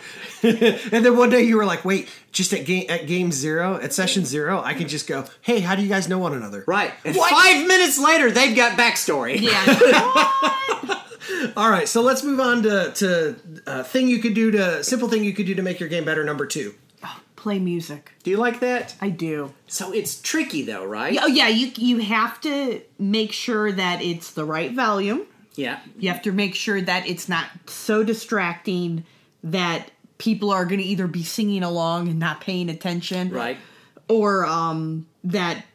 Speaker 1: other? (laughs) and then one day you were like, wait, just at game at game zero, at session zero, I can just go, hey, how do you guys know one another?
Speaker 2: Right. And
Speaker 1: What?
Speaker 2: five minutes later, they've got backstory.
Speaker 3: Yeah.
Speaker 1: All right, so let's move on to to uh, thing you could do to simple thing you could do to make your game better. Number two,
Speaker 3: (laughs) Play music.
Speaker 2: Do you like that?
Speaker 3: I do.
Speaker 2: So it's tricky, though, right?
Speaker 3: Oh yeah, you you have to make sure that it's the right volume.
Speaker 2: Yeah.
Speaker 3: You have to make sure that it's not so distracting that people are going to either be singing along and not paying attention,
Speaker 2: Right.
Speaker 3: Or um, that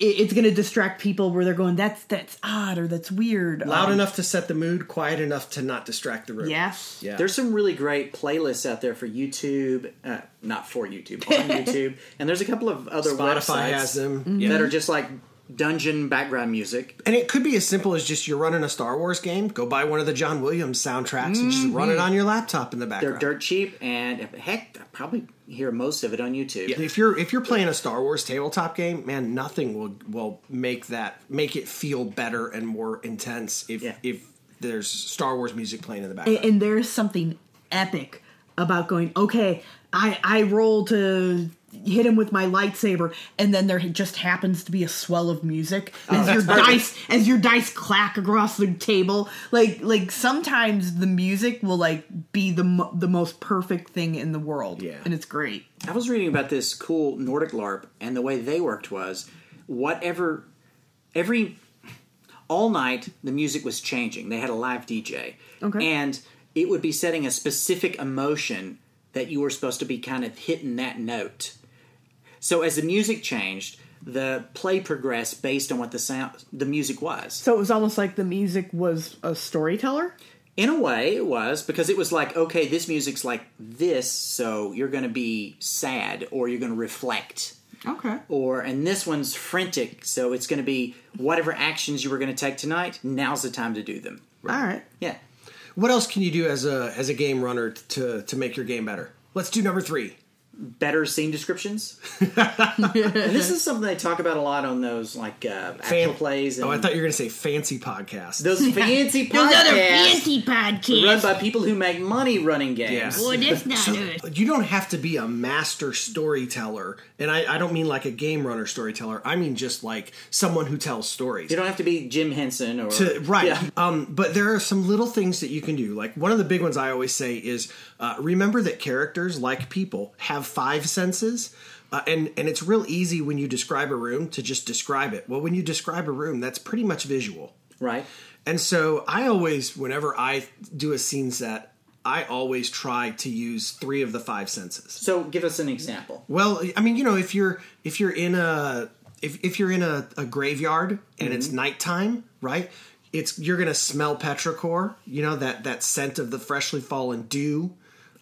Speaker 3: it, it's going to distract people where they're going, "That's that's odd" or "That's weird."
Speaker 1: loud
Speaker 3: Um,
Speaker 1: enough to set the mood, quiet enough to not distract the room.
Speaker 3: Yes.
Speaker 1: yeah.
Speaker 2: There's some really great playlists out there for YouTube, uh, not for YouTube, on YouTube, and there's a couple of other
Speaker 1: Spotify
Speaker 2: websites
Speaker 1: has them,
Speaker 2: that
Speaker 1: yeah.
Speaker 2: are just like dungeon background music.
Speaker 1: and it could be as simple as just you're running a Star Wars game. Go buy one of the John Williams soundtracks and just run it on your laptop in the
Speaker 2: Mm-hmm. They're
Speaker 1: background.
Speaker 2: dirt cheap, and heck, I probably hear most of it on YouTube.
Speaker 1: If you're if you're playing a Star Wars tabletop game, man, nothing will will make that make it feel better and more intense if
Speaker 2: Yeah.
Speaker 1: if there's Star Wars music playing in the
Speaker 3: and,
Speaker 1: background.
Speaker 3: and there's something epic about going okay i i roll to hit him with my lightsaber and then there just happens to be a swell of music as your dice as your dice clack across the table like like sometimes the music will like be the mo- the most perfect thing in the world
Speaker 1: Yeah.
Speaker 3: and it's great
Speaker 2: I was reading about this cool Nordic LARP, and the way they worked was whatever, every, all night the music was changing. They had a live DJ.
Speaker 3: Okay.
Speaker 2: And it would be setting a specific emotion that you were supposed to be kind of hitting that note. So as the music changed, the play progressed based on what the sound, the music was.
Speaker 3: so it was almost like the music was a storyteller
Speaker 2: In a way, it was because it was like, okay, this music's like this, so you're going to be sad or you're going to reflect.
Speaker 3: okay
Speaker 2: or and this one's frantic so it's going to be whatever actions you were going to take tonight now's the time to do them
Speaker 3: all right
Speaker 2: yeah
Speaker 1: what else can you do as a as a game runner to to make your game better? Let's do number three.
Speaker 2: better scene
Speaker 1: (laughs)
Speaker 2: descriptions and this is something they talk about a lot on those like uh, actual
Speaker 1: Fan-
Speaker 2: plays and
Speaker 1: Oh, I thought you were gonna say fancy podcast. (laughs)
Speaker 2: those fancy podcasts
Speaker 3: those other fancy podcasts
Speaker 2: run by people who make money running games
Speaker 1: Yeah.
Speaker 3: oh that's not us.
Speaker 1: you don't have to be a master storyteller, and I, I don't mean like a game runner storyteller. I mean just like someone who tells stories.
Speaker 2: you don't have to be jim henson or
Speaker 1: to- right
Speaker 2: Yeah.
Speaker 1: um, but there are some little things that you can do like one of the big ones i always say is uh, remember that characters like people have five senses uh, and and it's real easy when you describe a room to just describe it well when you describe a room that's pretty much visual
Speaker 2: right
Speaker 1: and so I always, whenever I do a scene set, I always try to use three of the five senses.
Speaker 2: so give us an example
Speaker 1: Well, I mean, you know, if you're if you're in a if, if you're in a, a graveyard and it's nighttime, right? It's you're gonna smell petrichor, you know that that scent of the freshly fallen dew.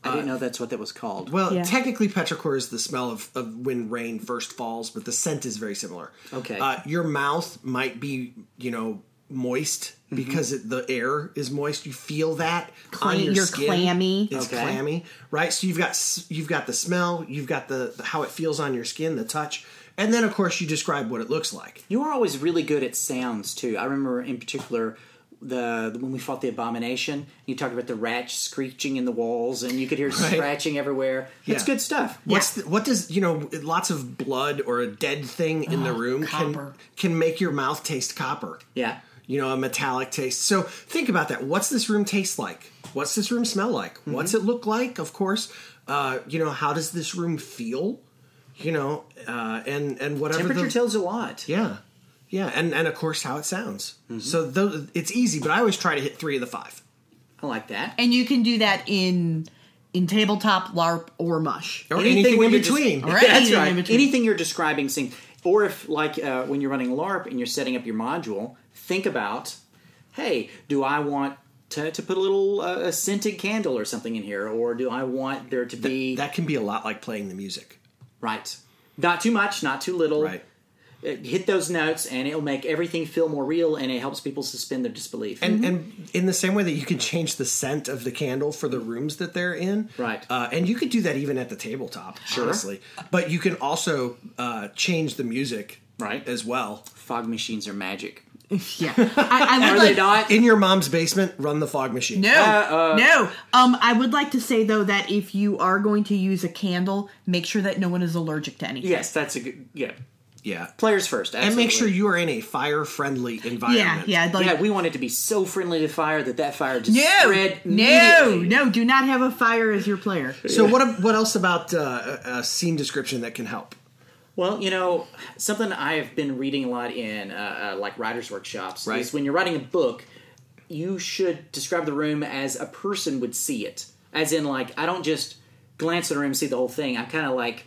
Speaker 2: i
Speaker 1: Uh,
Speaker 2: didn't know that's what that was called
Speaker 1: Well,
Speaker 3: Yeah.
Speaker 1: technically, petrichor is the smell of, of when rain first falls, but the scent is very similar.
Speaker 2: Okay.
Speaker 1: Uh, your mouth might be, you know, moist
Speaker 2: Mm-hmm.
Speaker 1: because it, the air is moist. You feel that on
Speaker 3: Clam-
Speaker 1: your
Speaker 3: you're
Speaker 1: skin.
Speaker 3: clammy.
Speaker 1: It's
Speaker 2: Okay.
Speaker 1: clammy, right? So you've got s- you've got the smell, you've got the, the how it feels on your skin, the touch, and then of course you describe what it looks like.
Speaker 2: You are always really good at sounds too. I remember in particular the when we fought the abomination. You talked about the rat screeching in the walls, and you could
Speaker 1: (laughs)
Speaker 2: hear scratching everywhere. It's
Speaker 1: Yeah.
Speaker 2: good stuff.
Speaker 1: What's the, what does you know? Lots of blood or a dead thing in the room
Speaker 3: copper.
Speaker 1: can can make your mouth taste copper.
Speaker 2: Yeah.
Speaker 1: you know, a metallic taste. So think about that. What's this room taste like? What's this room smell like?
Speaker 2: Mm-hmm.
Speaker 1: What's it look like? Of course, uh, you know, how does this room feel? You know, uh, and and whatever
Speaker 2: Temperature
Speaker 1: the,
Speaker 2: tells a lot.
Speaker 1: yeah, yeah, and and of course how it sounds.
Speaker 2: Mm-hmm.
Speaker 1: So those, it's easy, but I always try to hit three of the five.
Speaker 2: I like that.
Speaker 3: And you can do that in in tabletop, LARP, or mush.
Speaker 1: Or
Speaker 2: Anything
Speaker 1: anything,
Speaker 2: we
Speaker 1: in
Speaker 2: could just- (laughs)
Speaker 1: between.
Speaker 3: All right.
Speaker 2: That's
Speaker 3: anything
Speaker 2: right.
Speaker 3: in between.
Speaker 2: Anything you're describing, sing, or if like uh, when you're running LARP and you're setting up your module, think about, hey, do I want to, to put a little uh, a scented candle or something in here, or do I want there to be
Speaker 1: That can be a lot like playing the music.
Speaker 2: right? Not too much, not too little.
Speaker 1: Right.
Speaker 2: Uh, Hit those notes, and it'll make everything feel more real, and it helps people suspend their disbelief.
Speaker 1: And, and in the same way that you can change the scent of the candle for the rooms that they're in,
Speaker 2: Right.
Speaker 1: Uh, and you could do that even at the tabletop, honestly. But you can also uh, change the music,
Speaker 2: Right.
Speaker 1: as well.
Speaker 2: Fog machines are magic.
Speaker 3: Yeah, I, I
Speaker 2: Are
Speaker 3: would
Speaker 2: they
Speaker 3: like.
Speaker 2: not?
Speaker 1: In your mom's basement, run the fog machine.
Speaker 3: No,
Speaker 2: Uh,
Speaker 3: no. Um, I would like to say though that if you are going to use a candle, make sure that no one is allergic to anything.
Speaker 2: yes, that's a good. Yeah,
Speaker 1: Yeah,
Speaker 2: players first. Absolutely.
Speaker 1: and make sure you are in a fire-friendly
Speaker 3: yeah,
Speaker 1: environment.
Speaker 3: yeah. I'd Like,
Speaker 2: yeah, we want it to be so friendly to fire that that fire just
Speaker 3: no,
Speaker 2: spread.
Speaker 3: no,
Speaker 2: immediately.
Speaker 3: no. Do not have a fire as your player.
Speaker 1: So what? ab- What else about uh, a a scene description that can help?
Speaker 2: Well, you know, something I have been reading a lot in uh, uh, like writers' workshops
Speaker 1: Right.
Speaker 2: is when you're writing a book, you should describe the room as a person would see it. As in, like, I don't just glance at a room and see the whole thing. I kind of like,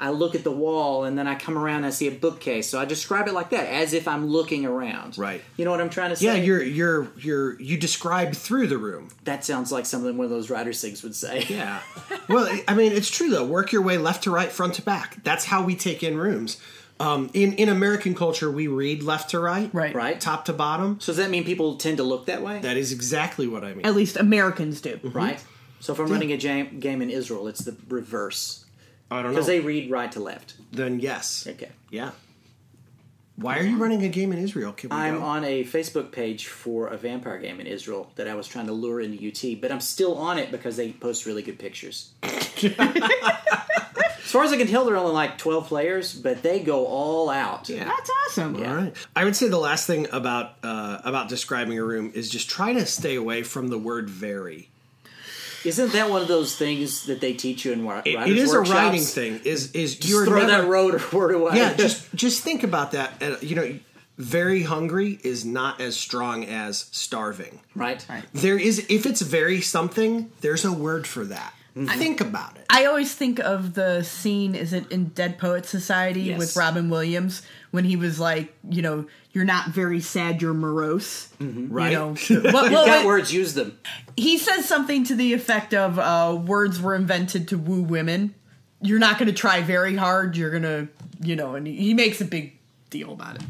Speaker 2: I look at the wall and then I come around and I see a bookcase. So I describe it like that, as if I'm looking around.
Speaker 1: Right.
Speaker 2: You know what I'm trying to say?
Speaker 1: Yeah, you're you're you're you describe through the room.
Speaker 2: That sounds like something one of those writers' things would say.
Speaker 1: Yeah. (laughs) well, I mean, it's true though. Work your way left to right, front to back. That's how we take in rooms. Um, in in American culture, we read left to right,
Speaker 3: Right.
Speaker 2: Right.
Speaker 1: top to bottom.
Speaker 2: So (laughs) does that mean people tend to look that way?
Speaker 1: That is exactly what I mean.
Speaker 3: At least Americans do.
Speaker 2: right? So if I'm running a jam- game in Israel, it's the reverse
Speaker 1: I don't know.
Speaker 2: because they read right to left.
Speaker 1: then yes.
Speaker 2: Okay.
Speaker 1: Yeah. Why are you running a game in Israel? Can we
Speaker 2: I'm
Speaker 1: go?
Speaker 2: on a Facebook page for a vampire game in Israel that I was trying to lure into UT, but I'm still on it because they post really good pictures.
Speaker 1: (laughs)
Speaker 2: as far as I can tell, they're only like 12 players, but they go all out.
Speaker 1: Yeah.
Speaker 3: That's awesome.
Speaker 1: All right. I would say the last thing about uh, about describing a room is just try to stay away from the word "very."
Speaker 2: Isn't that one of those things that they teach you in wi-
Speaker 1: It-
Speaker 2: writers'
Speaker 1: it is a
Speaker 2: workshops?
Speaker 1: writing thing. Is is
Speaker 2: Just
Speaker 1: you're
Speaker 2: throw
Speaker 1: never,
Speaker 2: that road or word away.
Speaker 1: yeah just just think about that uh, you know very hungry is not as strong as starving
Speaker 2: (laughs) right.
Speaker 1: there is if it's very something there's a word for that
Speaker 3: Mm-hmm.
Speaker 1: think about it
Speaker 3: I always think of the scene is it in Dead Poets Society
Speaker 2: Yes.
Speaker 3: with Robin Williams when he was like, you know, you're not very sad, you're morose.
Speaker 2: Mm-hmm.
Speaker 1: right
Speaker 2: (laughs)
Speaker 3: You know, Well, well,
Speaker 2: Got
Speaker 3: wait,
Speaker 2: words, use them.
Speaker 3: he says something to the effect of uh, words were invented to woo women. You're not going to try very hard. You're going to, you know, and he- he makes a big deal about it.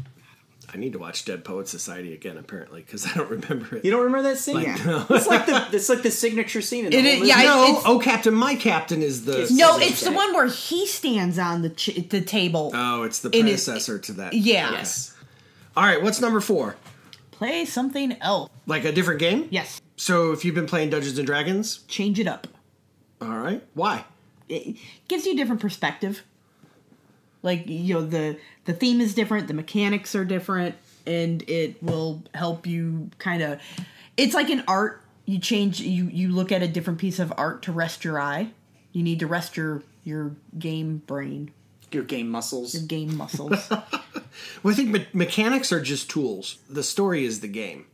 Speaker 1: i need to watch dead poet society again apparently because i don't remember it
Speaker 2: You don't remember that scene? (laughs) it's like the it's like the signature scene in the
Speaker 3: It
Speaker 2: whole
Speaker 3: is-
Speaker 2: movie.
Speaker 3: yeah,
Speaker 1: no
Speaker 3: it's-
Speaker 1: oh captain my captain is the E
Speaker 3: No,
Speaker 2: Scissors
Speaker 3: it's the
Speaker 2: Jack.
Speaker 3: one where he stands on the ch- the table.
Speaker 1: oh it's the
Speaker 3: It is-
Speaker 1: predecessor to that
Speaker 3: yeah.
Speaker 2: Yes.
Speaker 1: all right what's number four
Speaker 3: Play something else.
Speaker 1: like a different game
Speaker 3: Yes.
Speaker 1: so if you've been playing dungeons and dragons
Speaker 3: Change it up.
Speaker 1: all right why
Speaker 3: it gives you a different perspective. Like you know, the the theme is different, the mechanics are different, and it will help you kind of. It's like an art. You change. You you look at a different piece of art to rest your eye. You need to rest your your game brain,
Speaker 2: Your game muscles.
Speaker 3: game muscles.
Speaker 1: well i think me- mechanics are just tools the story is the game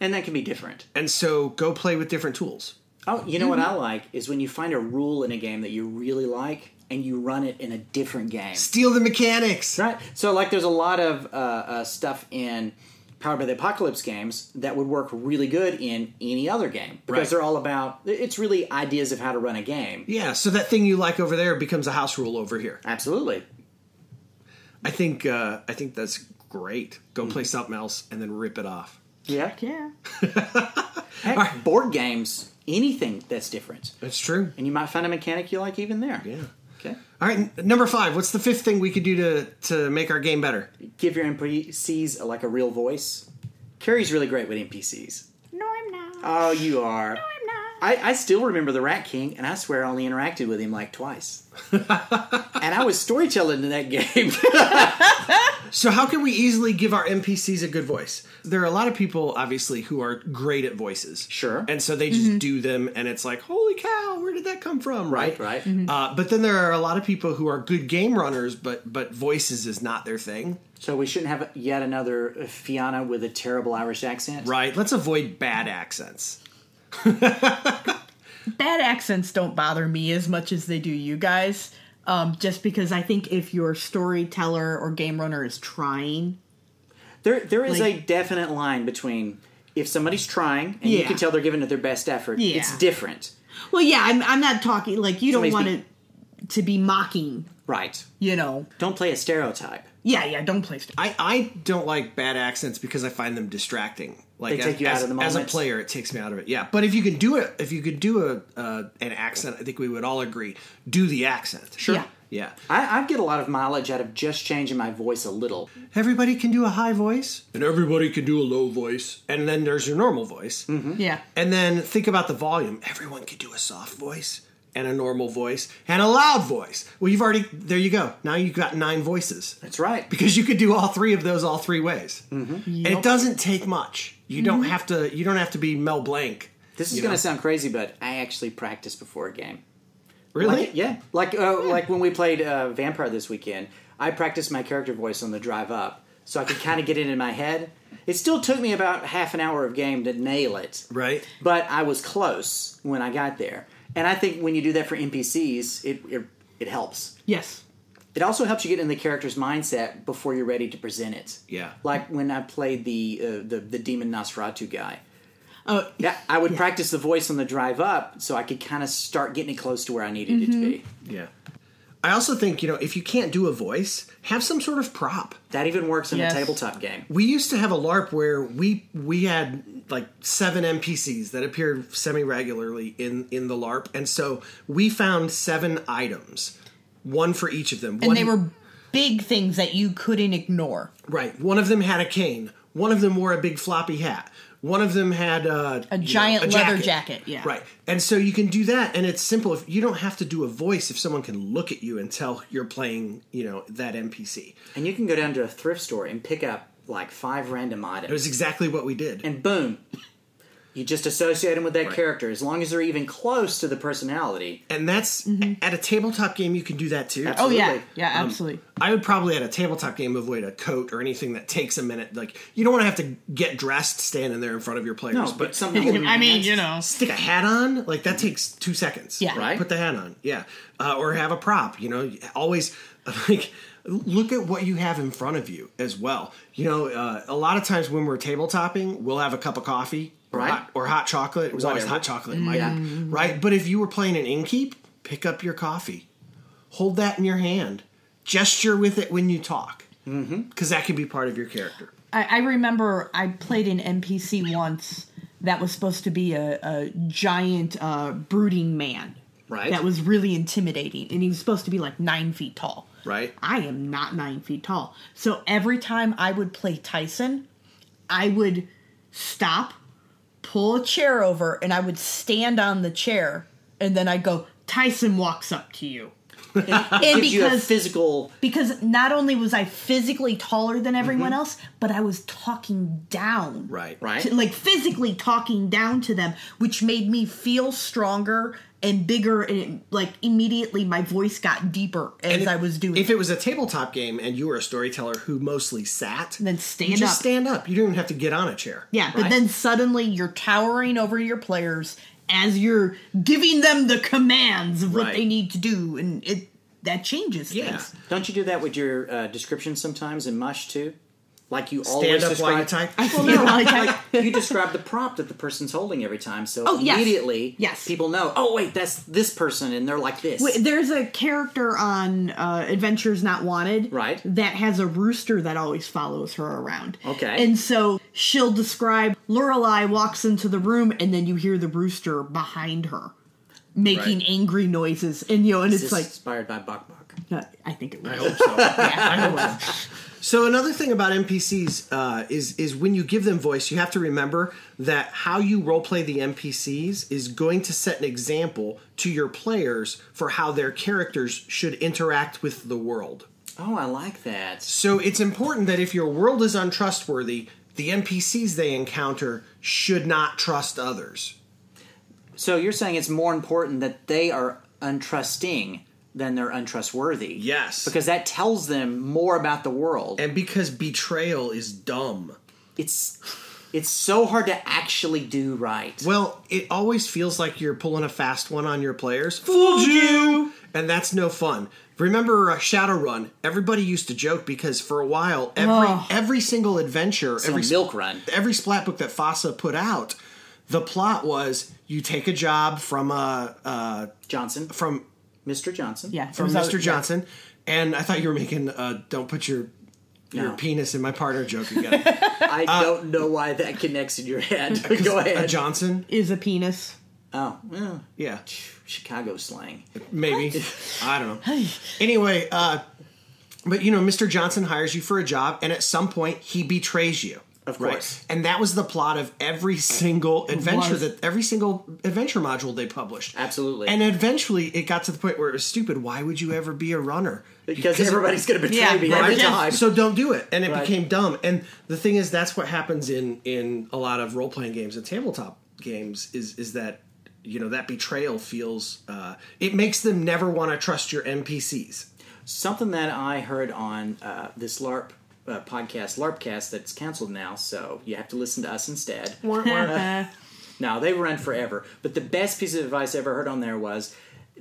Speaker 2: And that can be different.
Speaker 1: and so go play with different tools
Speaker 2: Oh, you know what I like is when you find a rule in a game that you really like and you run it in a different game.
Speaker 1: Steal the mechanics.
Speaker 2: Right. So, like, there's a lot of uh, uh, stuff in Powered by the Apocalypse games that would work really good in any other game because
Speaker 1: Right.
Speaker 2: they're all about it's really ideas of how to run a game.
Speaker 1: Yeah, so that thing you like over there becomes a house rule over here.
Speaker 2: Absolutely.
Speaker 1: I think uh, I think that's great. Go play something else and then rip it off.
Speaker 2: Yeah.
Speaker 3: yeah.
Speaker 2: Heck, board games, anything that's different,
Speaker 1: That's true.
Speaker 2: and you might find a mechanic you like even there.
Speaker 1: Yeah.
Speaker 2: Okay.
Speaker 1: All right, n- number five. What's the fifth thing we could do to to make our game better?
Speaker 2: give your NPCs uh, like a real voice. Carrie's really great with NPCs.
Speaker 3: No, I'm not.
Speaker 2: Oh, you are.
Speaker 3: I'm not.
Speaker 2: I, I still remember the Rat King, and I swear I only interacted with him like twice. and I was storytelling in that game.
Speaker 1: So, how can we easily give our NPCs a good voice? There are a lot of people, obviously, who are great at voices.
Speaker 2: Sure.
Speaker 1: And so they just do them, and it's like, holy cow, where did that come from? Right.
Speaker 2: (laughs) right.
Speaker 3: Mm-hmm.
Speaker 1: Uh, but then there are a lot of people who are good game runners, but but voices is not their thing.
Speaker 2: So we shouldn't have yet another Fianna with a terrible Irish accent.
Speaker 1: Right. Let's avoid bad accents.
Speaker 3: bad accents don't bother me as much as they do you guys. Um, just because I think if your storyteller or game runner is trying,
Speaker 2: There, there is
Speaker 3: Like-
Speaker 2: a definite line between if somebody's trying and you
Speaker 3: Yeah.
Speaker 2: can tell they're giving it their best effort.
Speaker 3: Yeah.
Speaker 2: It's different,
Speaker 3: well, yeah, I'm, I'm not talking like you don't
Speaker 2: Somebody's
Speaker 3: want
Speaker 2: be-
Speaker 3: it to be mocking,
Speaker 2: right?
Speaker 3: you know.
Speaker 2: Don't play a stereotype.
Speaker 3: Yeah, yeah, don't play stuff.
Speaker 1: I, I don't like bad accents because I find them distracting. Like
Speaker 2: They
Speaker 1: as,
Speaker 2: take you out
Speaker 1: as-
Speaker 2: of the
Speaker 1: as a
Speaker 2: moment.
Speaker 1: player, it takes me out of it. Yeah, but if you can do it, if you could do a uh, an accent, I think we would all agree do the accent.
Speaker 3: Sure. Yeah.
Speaker 1: Yeah.
Speaker 2: I, I get a lot of mileage out of just changing my voice a little.
Speaker 1: Everybody can do a high voice, and everybody can do a low voice, and then there's your normal voice.
Speaker 2: Hmm?
Speaker 3: Yeah.
Speaker 1: And then think about the volume. Everyone could do a soft voice and a normal voice and a loud voice. Well, you've already there. You go. Now you've got nine voices
Speaker 2: That's right.
Speaker 1: because you could do all three of those all three ways, and it doesn't take much. You don't
Speaker 2: Mm-hmm.
Speaker 1: have to. You don't have to be Mel Blanc.
Speaker 2: This is
Speaker 1: You
Speaker 2: going
Speaker 1: know.
Speaker 2: to sound crazy, but I actually practice before a game.
Speaker 1: Really?
Speaker 2: Like, yeah, like uh, like when we played uh, Vampire this weekend, I practiced my character voice on the drive up, so I could kind of get it in my head. It still took me about half an hour of game to nail it,
Speaker 1: Right.
Speaker 2: but I was close when I got there. And I think when you do that for NPCs, it it, it helps.
Speaker 3: Yes.
Speaker 2: It also helps you get in the character's mindset before you're ready to present it.
Speaker 1: Yeah.
Speaker 2: Like when I played the uh, the, the demon Nosferatu guy.
Speaker 3: Oh,
Speaker 2: Yeah, I would practice the voice on the drive up so I could kind of start getting it close to where I needed it to be.
Speaker 3: Mm-hmm.
Speaker 1: Yeah. I also think you know if you can't do a voice, have some sort of prop.
Speaker 2: That even works in
Speaker 3: Yes.
Speaker 2: a tabletop game.
Speaker 1: we used to have a LARP where we we had like seven NPCs that appeared semi regularly in in the LARP, and so we found seven items, one for each of them.
Speaker 3: and they were big things that you couldn't ignore.
Speaker 1: right. One of them had a cane. One of them wore a big floppy hat. One of them had uh, you know, a
Speaker 3: giant leather jacket, yeah.
Speaker 1: Right. And so you can do that, and it's simple. If you don't have to do a voice, if someone can look at you and tell you're playing, you know, that NPC.
Speaker 2: And you can go down to a thrift store and pick up like five random
Speaker 1: It
Speaker 2: items.
Speaker 1: was exactly what we did.
Speaker 2: And boom, you just associate them with that character as long as they're even close to the personality.
Speaker 1: and that's at a tabletop game you can do that too.
Speaker 2: Absolutely.
Speaker 3: Mm-hmm.
Speaker 2: Um,
Speaker 3: Oh yeah, yeah, absolutely.
Speaker 1: I would probably at a tabletop game avoid a coat or anything that takes a minute. Like you don't want to have to get dressed standing there in front of your players,
Speaker 2: No,
Speaker 1: but,
Speaker 2: but something you can-
Speaker 3: (laughs) I mean, you know,
Speaker 1: stick a hat on like that takes two seconds.
Speaker 3: Yeah.
Speaker 2: Right.
Speaker 1: Put the hat on. Yeah. Uh, or have a prop. You know, always (laughs) like look at what you have in front of you as well. You know, uh, a lot of times when we're tabletopping, we'll have a cup of coffee, or
Speaker 2: Right.
Speaker 1: hot- Or hot chocolate. It was always
Speaker 2: Whatever.
Speaker 1: hot chocolate, in my
Speaker 2: Yeah.
Speaker 1: group, right? But if you were playing an innkeep, pick up your coffee, hold that in your hand, gesture with it when you talk, because
Speaker 2: Mm-hmm.
Speaker 1: that can be part of your character.
Speaker 3: I, I remember I played an NPC once that was supposed to be a, a giant uh, brooding man.
Speaker 2: Right.
Speaker 3: That was really intimidating, and he was supposed to be like nine feet tall.
Speaker 1: Right.
Speaker 3: I am not nine feet tall, so every time I would play Tyson, I would stop, pull a chair over, and I would stand on the chair, and then I'd go. Tyson walks up
Speaker 2: (laughs)
Speaker 3: to you, and
Speaker 2: Gives you a
Speaker 3: because
Speaker 2: physical.
Speaker 3: because not only was I physically taller than everyone else, but I was talking down.
Speaker 1: Right.
Speaker 2: Mm-hmm. Right.
Speaker 3: To- like physically talking down to them, which made me feel stronger and bigger and it, like immediately my voice got deeper as
Speaker 1: if-
Speaker 3: I was doing
Speaker 1: If it was a tabletop game and you were a storyteller who mostly sat,
Speaker 3: Then stand
Speaker 1: you just
Speaker 3: up.
Speaker 1: stand up. You don't even have to get on a chair.
Speaker 3: yeah, but
Speaker 2: Right.
Speaker 3: then suddenly you're towering over your players as you're giving them the commands of what
Speaker 1: Right.
Speaker 3: they need to do and it that changes
Speaker 1: Yeah.
Speaker 3: things.
Speaker 2: Don't you do that with your uh, descriptions sometimes in Mush too? Like you always
Speaker 1: Stand up while you
Speaker 2: describe.
Speaker 3: (laughs)
Speaker 1: type.
Speaker 3: Well, no, like,
Speaker 2: (laughs) you describe the prompt that the person's holding every time, so
Speaker 3: Oh, yes.
Speaker 2: immediately
Speaker 3: Yes.
Speaker 2: people know. Oh wait, that's this person, and they're like this.
Speaker 3: Wait, There's a character on uh, Adventures Not Wanted,
Speaker 2: Right.
Speaker 3: That has a rooster that always follows her around.
Speaker 2: Okay.
Speaker 3: and so she'll describe Lorelai walks into the room, and then you hear the rooster behind her making
Speaker 1: Right.
Speaker 3: angry noises, and you know, and
Speaker 2: Is
Speaker 3: it's
Speaker 2: this
Speaker 3: like
Speaker 2: inspired by Bok Bok.
Speaker 3: uh, I think it was.
Speaker 1: I hope so. I hope so. So another thing about NPCs uh, is is when you give them voice, you have to remember that how you roleplay the NPCs is going to set an example to your players for how their characters should interact with the world.
Speaker 2: Oh, I like that.
Speaker 1: So it's important that if your world is untrustworthy, the NPCs they encounter should not trust others.
Speaker 2: So you're saying it's more important that they are untrusting than they're untrustworthy.
Speaker 1: Yes.
Speaker 2: Because that tells them more about the world.
Speaker 1: and because betrayal is dumb.
Speaker 2: It's it's so hard to actually do right.
Speaker 1: Well, it always feels like you're pulling a fast one on your players. Fooled you! And that's no fun. Remember uh, Shadowrun? Everybody used to joke because for a while, every every single adventure, every
Speaker 2: Every
Speaker 1: sp-
Speaker 2: milk run.
Speaker 1: every splat book that Fossa put out, the plot was you take a job from a uh,
Speaker 2: Johnson.
Speaker 1: from
Speaker 2: Mr. Johnson.
Speaker 3: Yeah.
Speaker 1: from
Speaker 3: it was
Speaker 1: Mr.
Speaker 3: a-
Speaker 1: Johnson, and I thought you were making uh, "Don't put your your
Speaker 2: No.
Speaker 1: penis in my partner" joke again.
Speaker 2: I don't know why that connects in your head. (laughs) but (laughs) Go
Speaker 1: A
Speaker 2: ahead.
Speaker 1: Johnson,
Speaker 3: Is a penis.
Speaker 2: oh, well,
Speaker 1: yeah,
Speaker 2: Chicago slang.
Speaker 1: maybe I don't know. Anyway, uh, but you know, Mr. Johnson hires you for a job, and at some point, he betrays you.
Speaker 2: Of course.
Speaker 1: and that was the plot of every single adventure
Speaker 3: was.
Speaker 1: that every single adventure module they published.
Speaker 2: Absolutely.
Speaker 1: And eventually, it got to the point where it was stupid. Why would you ever be a runner?
Speaker 2: because everybody's going to betray
Speaker 3: Yeah,
Speaker 2: me
Speaker 3: right.
Speaker 2: every
Speaker 3: Yeah.
Speaker 2: time.
Speaker 1: So don't do it. And it
Speaker 2: Right.
Speaker 1: became dumb. And the thing is, that's what happens in in a lot of role playing games and tabletop games is is that you know that betrayal feels uh, it makes them never want to trust your NPCs.
Speaker 2: Something that I heard on uh, this LARP uh, podcast, LARPcast, that's canceled now, so you have to listen to us instead. Now they run forever. But the best piece of advice I ever heard on there was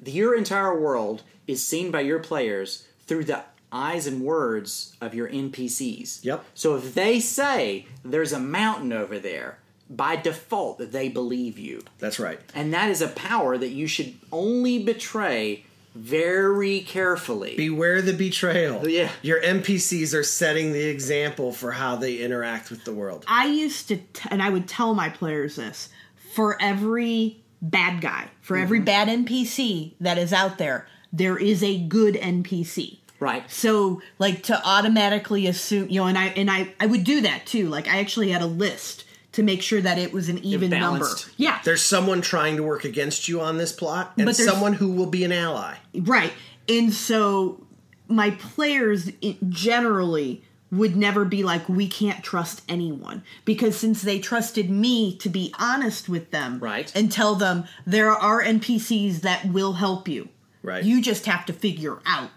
Speaker 2: your entire world is seen by your players through the eyes and words of your NPCs.
Speaker 1: Yep.
Speaker 2: So if they say there's a mountain over there, by default that they believe you.
Speaker 1: That's right.
Speaker 2: And that is a power that you should only betray very carefully.
Speaker 1: Beware the betrayal.
Speaker 2: Yeah.
Speaker 1: Your NPCs are setting the example for how they interact with the world.
Speaker 3: I used to, t- and I would tell my players this for every bad guy, for every bad NPC that is out there, there is a good NPC.
Speaker 2: right.
Speaker 3: So, like to automatically assume, you know, and I and I I would do that too. Like I actually had a list to make sure that it was an even number.
Speaker 2: balanced.
Speaker 3: Yeah,
Speaker 1: There's someone trying to work against you on this plot, and
Speaker 3: But there's-
Speaker 1: someone who will be an ally.
Speaker 3: Right. And so my players i- generally would never be like, we can't trust anyone. Because since they trusted me to be honest with them
Speaker 2: Right.
Speaker 3: and tell them there are NPCs that will help you,
Speaker 1: Right.
Speaker 3: you just have to figure out.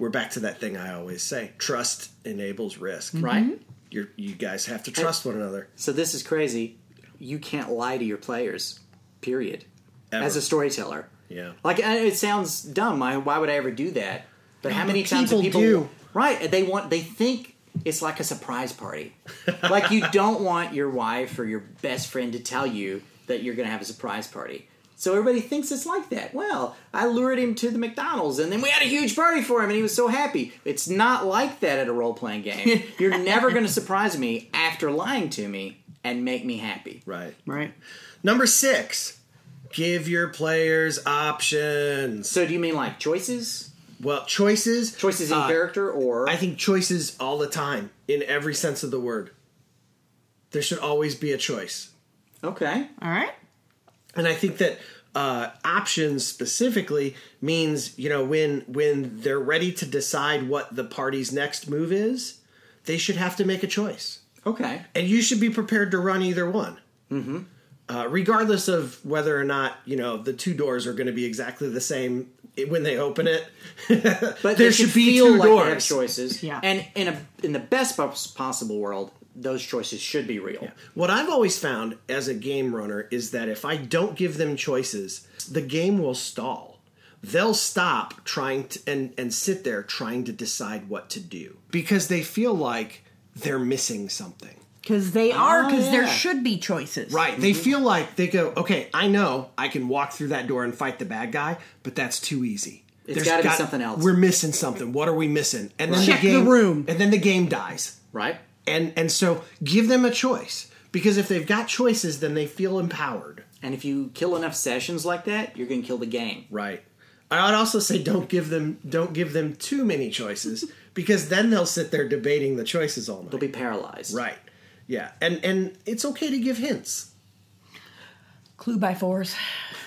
Speaker 1: We're back to that thing I always say: trust enables risk.
Speaker 2: Right.
Speaker 1: You're, you guys have to trust one another.
Speaker 2: So this is crazy. You can't lie to your players. Period.
Speaker 1: Ever.
Speaker 2: As a storyteller.
Speaker 1: Yeah.
Speaker 2: Like I- it sounds dumb. I, why would I ever do that? But how many times do
Speaker 1: people
Speaker 2: people
Speaker 1: do.
Speaker 2: right? They want. They think it's like a surprise party.
Speaker 1: (laughs)
Speaker 2: like you don't want your wife or your best friend to tell you that you're going to have a surprise party. So everybody thinks it's like that. Well, I lured him to the McDonald's and then we had a huge party for him and he was so happy. It's not like that at a role playing game.
Speaker 1: (laughs)
Speaker 2: You're never going to surprise me after lying to me and make me happy.
Speaker 1: Right.
Speaker 3: Right.
Speaker 1: Number six, give your players options.
Speaker 2: So do you mean like choices?
Speaker 1: Well, choices.
Speaker 2: Choices in
Speaker 1: Uh,
Speaker 2: character or
Speaker 1: I think choices all the time, in every sense of the word. There should always be a choice.
Speaker 2: Okay.
Speaker 3: All right.
Speaker 1: and I think that uh, options specifically means you know when when they're ready to decide what the party's next move is, they should have to make a choice,
Speaker 2: Okay.
Speaker 1: and you should be prepared to run either one. Mm-hmm. Uh, regardless of whether or not you know the two doors are going to be exactly the same i- when they open it,
Speaker 2: But
Speaker 1: There
Speaker 2: they
Speaker 1: should be two
Speaker 2: like They have
Speaker 1: doors.
Speaker 2: choices.
Speaker 3: Yeah.
Speaker 2: And in a in the best pos- possible world, those choices should be real.
Speaker 1: What I've always found as a game runner is that if I don't give them choices, the game will stall. They'll stop trying to, and and sit there trying to decide what to do because they feel like they're missing something.
Speaker 3: Because they are, because there
Speaker 2: yeah.
Speaker 3: should be choices.
Speaker 1: Right.
Speaker 2: Mm-hmm.
Speaker 1: They feel like they go, "Okay, I know I can walk through that door and fight the bad guy, but that's too easy." It's
Speaker 2: gotta be something else.
Speaker 1: We're missing something. What are we missing? And then
Speaker 3: Check
Speaker 1: the
Speaker 3: the
Speaker 1: game
Speaker 3: room.
Speaker 1: and then the game dies.
Speaker 2: Right?
Speaker 1: And and so give them a choice because if they've got choices then they feel empowered.
Speaker 2: And if you kill enough sessions like that, you're going to kill the game.
Speaker 1: Right. I would also say don't give them don't give them too many
Speaker 2: (laughs)
Speaker 1: choices because then they'll sit there debating the choices all night.
Speaker 2: They'll be paralyzed.
Speaker 1: Right. Yeah. And and it's okay to give hints.
Speaker 3: Clue by fours.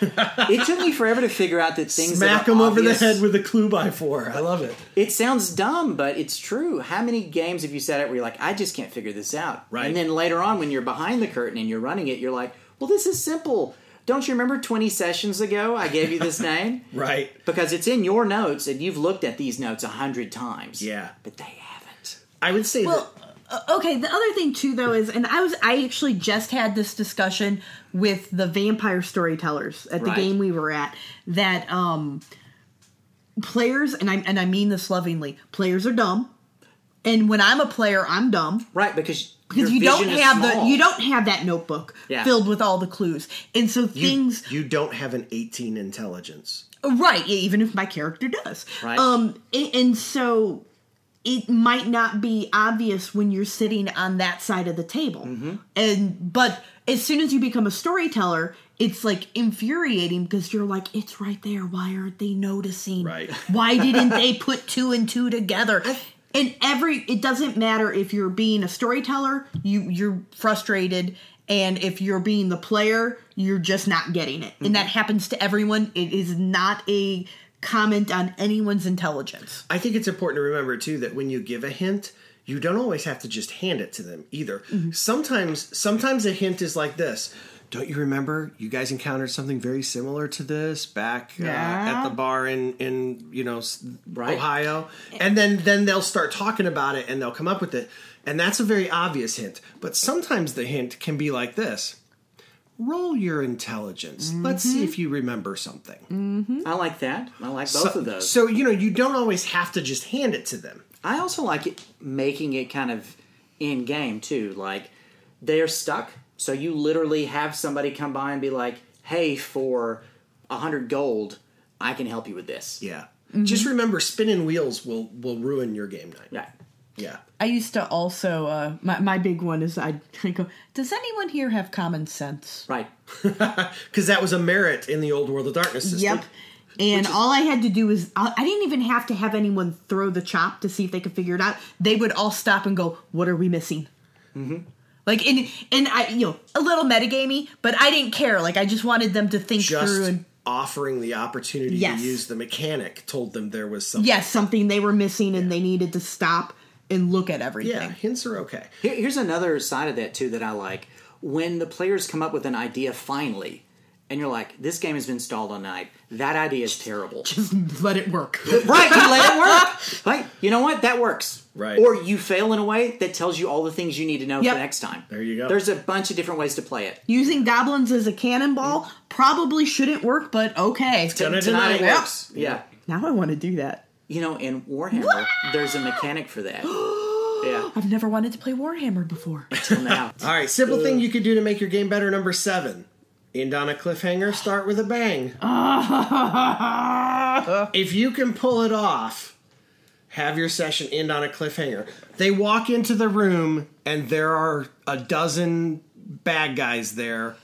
Speaker 2: It took me forever to figure out that things
Speaker 1: Smack
Speaker 2: that are
Speaker 1: them over the
Speaker 2: obvious-
Speaker 1: head with a clue by four. I love it.
Speaker 2: It sounds dumb, but it's true. How many games have you sat at where you're like, I just can't figure this out?
Speaker 1: Right.
Speaker 2: And then later on, when you're behind the curtain and you're running it, you're like, well, this is simple. Don't you remember 20 sessions ago I gave you this (laughs) name?
Speaker 1: Right.
Speaker 2: Because it's in your notes and you've looked at these notes a hundred times.
Speaker 1: Yeah.
Speaker 2: But they haven't.
Speaker 1: I would say
Speaker 3: Well, uh, okay. The other thing too, though, is and I was I actually just had this discussion with the vampire storytellers at the
Speaker 2: Right.
Speaker 3: game we were at that um players and I and I mean this lovingly. Players are dumb, and when I'm a player, I'm dumb.
Speaker 2: Right, because
Speaker 3: because
Speaker 2: your
Speaker 3: you don't
Speaker 2: vision is
Speaker 3: have the
Speaker 2: small.
Speaker 3: you don't have that notebook
Speaker 2: Yeah.
Speaker 3: filled with all the clues and so
Speaker 1: that you,
Speaker 3: things
Speaker 1: you don't have an 18 intelligence.
Speaker 3: right yeah, even if my character does
Speaker 2: Right.
Speaker 3: um and, and so it might not be obvious when you're sitting on that side of the table and but as soon as you become a storyteller it's like infuriating because you're like it's right there why aren't they noticing
Speaker 1: Right.
Speaker 3: (laughs) why didn't they put two and two together and every it doesn't matter if you're being a storyteller you you're frustrated and if you're being the player you're just not getting it and that happens to everyone it is not a comment on anyone's intelligence
Speaker 1: I think it's important to remember too that when you give a hint, you don't always have to just hand it to them either.
Speaker 2: Mm-hmm.
Speaker 1: Sometimes sometimes a hint is like this. Don't you remember you guys encountered something very similar to this back uh,
Speaker 3: Yeah.
Speaker 1: at the bar in in you know s-
Speaker 2: Right.
Speaker 1: Ohio? And then then they'll start talking about it and they'll come up with it. And that's a very obvious hint. But sometimes the hint can be like this. Roll your intelligence. Let's
Speaker 2: Mm-hmm.
Speaker 1: see if you remember something.
Speaker 2: I like that. I like both of those.
Speaker 1: So, you know, you don't always have to just hand it to them.
Speaker 2: I also like it making it kind of in game too. Like they're stuck, so you literally have somebody come by and be like, "Hey, for a hundred gold, I can help you with this."
Speaker 1: Yeah.
Speaker 3: Mm-hmm.
Speaker 1: Just remember, spinning wheels will will ruin your game night.
Speaker 2: Right.
Speaker 1: Yeah.
Speaker 3: I used to also uh, my my big one is I (laughs) go. Does anyone here have common sense?
Speaker 2: Right.
Speaker 1: Because that was a merit in the old World of Darkness system.
Speaker 3: Yep. And all I had to do was I I didn't even have to have anyone throw the chop to see if they could figure it out. They would all stop and go, "What are we missing?" Like and and I you know a little metagamey, but I didn't care. Like I just wanted them to think through
Speaker 1: Just
Speaker 3: and
Speaker 1: offering the opportunity
Speaker 3: Yes.
Speaker 1: to use the mechanic told them there was something.
Speaker 3: yes, something they were missing and they needed to stop and look at everything.
Speaker 1: Yeah, hints are okay.
Speaker 2: Here, here's another side of that too that I like. When the players come up with an idea finally, and you're like, "This game has been stalled all night. That idea is
Speaker 1: (laughs)
Speaker 2: terrible."
Speaker 3: Just (laughs) let it work.
Speaker 2: right, you let it work. Right. You know what? That works.
Speaker 1: Right.
Speaker 2: Or you fail in a way that tells you all the things you need to know
Speaker 3: Yep.
Speaker 2: for next time.
Speaker 1: There you go.
Speaker 2: There's a bunch of different ways to play it.
Speaker 3: Using goblins as a cannonball probably shouldn't work, but okay.
Speaker 1: Done it
Speaker 2: Tonight it
Speaker 1: tonight.
Speaker 2: works. Yeah.
Speaker 3: Now I want to do that.
Speaker 2: You know, in Warhammer, there's a mechanic
Speaker 1: (gasps)
Speaker 2: for that. yeah.
Speaker 3: I've never wanted to play Warhammer before.
Speaker 2: Till now.
Speaker 1: All right, simple thing you could do to make your game better. Number seven. End on a cliffhanger, start with a bang. if you can pull it off, have your session end on a cliffhanger. They walk into the room, and there are a dozen bad guys there,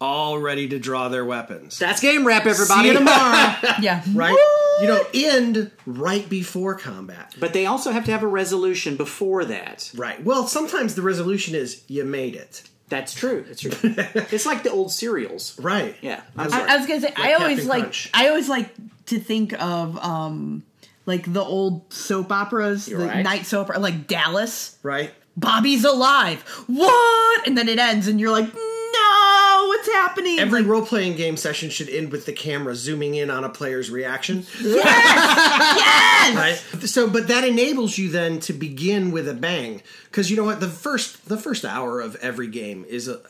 Speaker 1: all ready to draw their weapons.
Speaker 2: That's game wrap, everybody.
Speaker 1: See you
Speaker 2: (laughs)
Speaker 1: tomorrow,
Speaker 3: yeah.
Speaker 1: right? You know, end right before combat.
Speaker 2: But they also have to have a resolution before that.
Speaker 1: Right. Well, sometimes the resolution is you made it.
Speaker 2: That's true.
Speaker 1: (laughs)
Speaker 2: That's true. it's like the old serials.
Speaker 1: Right.
Speaker 2: Yeah. I'm sorry.
Speaker 3: (laughs) I, I was gonna say I always
Speaker 1: Captain
Speaker 3: like
Speaker 1: Crunch.
Speaker 3: I always like to think of um like the old soap operas, the
Speaker 2: right.
Speaker 3: night soap like Dallas.
Speaker 1: Right.
Speaker 3: Bobby's alive. What? And then it ends and you're like, no, what's happening?
Speaker 1: Every role playing game session should end with the camera zooming in on a player's reaction.
Speaker 3: yes!
Speaker 1: Right? So, but that enables you then to begin with a bang. Because you know what? The first, the first hour of every game is a.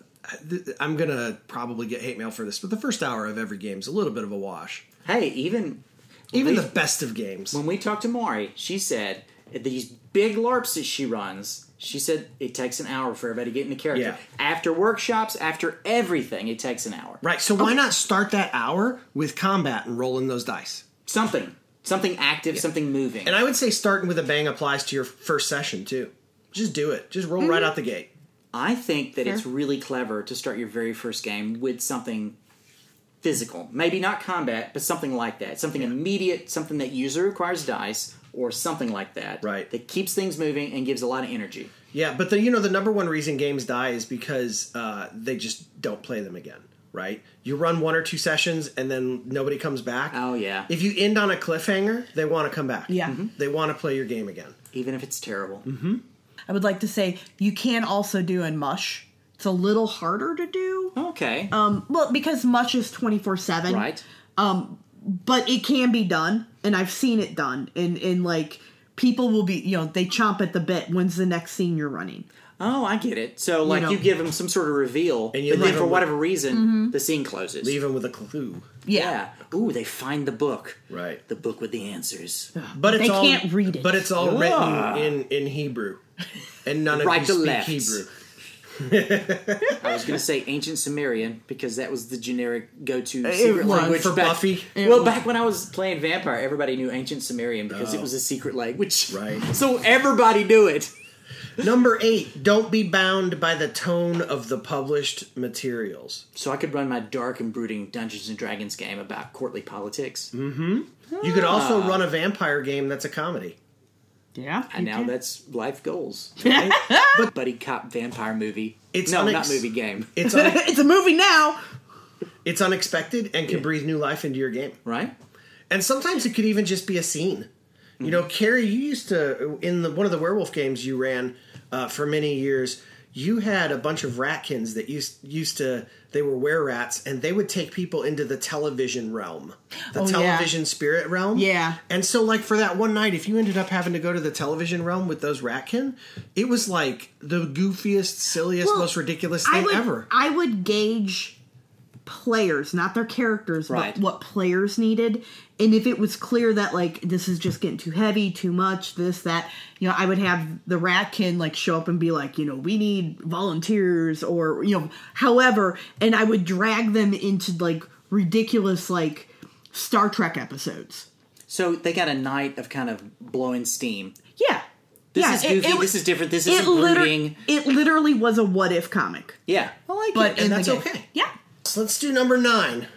Speaker 1: I'm going to probably get hate mail for this, but the first hour of every game is a little bit of a wash.
Speaker 2: hey, even
Speaker 1: Even the best of games.
Speaker 2: when we talked to Mari, she said at these big LARPs that she runs, she said it takes an hour for everybody to get into character.
Speaker 1: Yeah.
Speaker 2: After workshops, after everything, it takes an hour.
Speaker 1: Right. So, why not start that hour with combat and rolling those dice?
Speaker 2: Something. Something active, something moving.
Speaker 1: And I would say starting with a bang applies to your first session too. Just do it, just roll right out the gate.
Speaker 2: I think that it's
Speaker 3: Fair.
Speaker 2: really clever to start your very first game with something physical. Maybe not combat, but something like that. Something immediate, something that usually requires dice or something like that.
Speaker 1: Right.
Speaker 2: That keeps things moving and gives a lot of energy.
Speaker 1: Yeah, but the you know the number one reason games die is because uh, they just don't play them again, right? You run one or two sessions and then nobody comes back.
Speaker 2: Oh, yeah.
Speaker 1: If you end on a cliffhanger, they want to come back.
Speaker 3: Yeah. Mhm.
Speaker 1: They want to play your game again.
Speaker 2: Even if it's terrible.
Speaker 1: Mm-hmm.
Speaker 3: I would like to say you can also do in mush. It's a little harder to do.
Speaker 2: Okay.
Speaker 3: Um, well, because mush is twenty four seven,
Speaker 2: right.
Speaker 3: But it can be done, and I've seen it done. And and like people will be, you know, they chomp at the bit. When's the next scene you're running?
Speaker 2: Oh, I get it. So like you,
Speaker 3: know.
Speaker 2: give them some sort of reveal,
Speaker 1: And you
Speaker 2: but then
Speaker 1: leave 'em
Speaker 2: for
Speaker 1: with-
Speaker 2: whatever reason, the scene closes.
Speaker 1: Even with a clue,
Speaker 2: yeah. Ooh, they find the book.
Speaker 1: right?
Speaker 2: The book with the answers.
Speaker 1: But it's
Speaker 3: They
Speaker 1: all,
Speaker 3: can't read it.
Speaker 1: But it's all
Speaker 2: Ah.
Speaker 1: written in in Hebrew, and none of
Speaker 2: Right
Speaker 1: you
Speaker 2: to
Speaker 1: speak
Speaker 2: left.
Speaker 1: Hebrew.
Speaker 2: I was going to say ancient Sumerian because that was the generic go-to
Speaker 3: It
Speaker 2: secret
Speaker 3: was.
Speaker 2: language
Speaker 1: For
Speaker 2: back-
Speaker 1: Buffy? It
Speaker 2: Well,
Speaker 3: was. Oh.
Speaker 2: back when I was playing Vampire, everybody knew ancient Sumerian because it was a secret language.
Speaker 1: Right.
Speaker 2: (laughs) So everybody knew it.
Speaker 1: Number eight: Don't be bound by the tone of the published materials.
Speaker 2: So I could run my dark and brooding Dungeons and Dragons game about courtly politics.
Speaker 3: Mm-hmm.
Speaker 1: You could also run a vampire game that's a comedy.
Speaker 3: Yeah,
Speaker 2: And now that's life goals. Buddy cop vampire movie.
Speaker 1: It's
Speaker 2: no, not
Speaker 1: unex-
Speaker 2: movie game.
Speaker 1: It's un-
Speaker 3: (laughs) it's a movie now.
Speaker 1: it's unexpected and can breathe new life into your game.
Speaker 2: Right?
Speaker 1: And sometimes it could even just be a scene. You know, Carrie, you used to in the one of the werewolf games you ran uh, for many years. You had a bunch of ratkins that used used to they were were rats, and they would take people into the television realm, the
Speaker 3: Oh, yeah.
Speaker 1: television spirit realm.
Speaker 3: Yeah.
Speaker 1: And so, like for that one night, if you ended up having to go to the television realm with those ratkin, it was like the goofiest, silliest,
Speaker 3: Well,
Speaker 1: most ridiculous
Speaker 3: I
Speaker 1: thing
Speaker 3: would,
Speaker 1: ever.
Speaker 3: I would gauge players, not their characters,
Speaker 2: Right.
Speaker 3: but what players needed. And if it was clear that like this is just getting too heavy, too much, this that, you know, I would have the ratkin like show up and be like, you know, we need volunteers or you know, however, and I would drag them into like ridiculous like Star Trek episodes.
Speaker 2: So they got a night of kind of blowing steam.
Speaker 3: Yeah.
Speaker 2: This
Speaker 3: yeah,
Speaker 2: is goofy. this
Speaker 3: was-
Speaker 2: is different. This
Speaker 3: it,
Speaker 2: isn't
Speaker 3: liter-
Speaker 2: brooding.
Speaker 3: it literally was a what if comic.
Speaker 2: Yeah. I like
Speaker 3: But in
Speaker 1: and that's
Speaker 3: the game.
Speaker 1: okay.
Speaker 3: Yeah.
Speaker 1: So let's do number nine.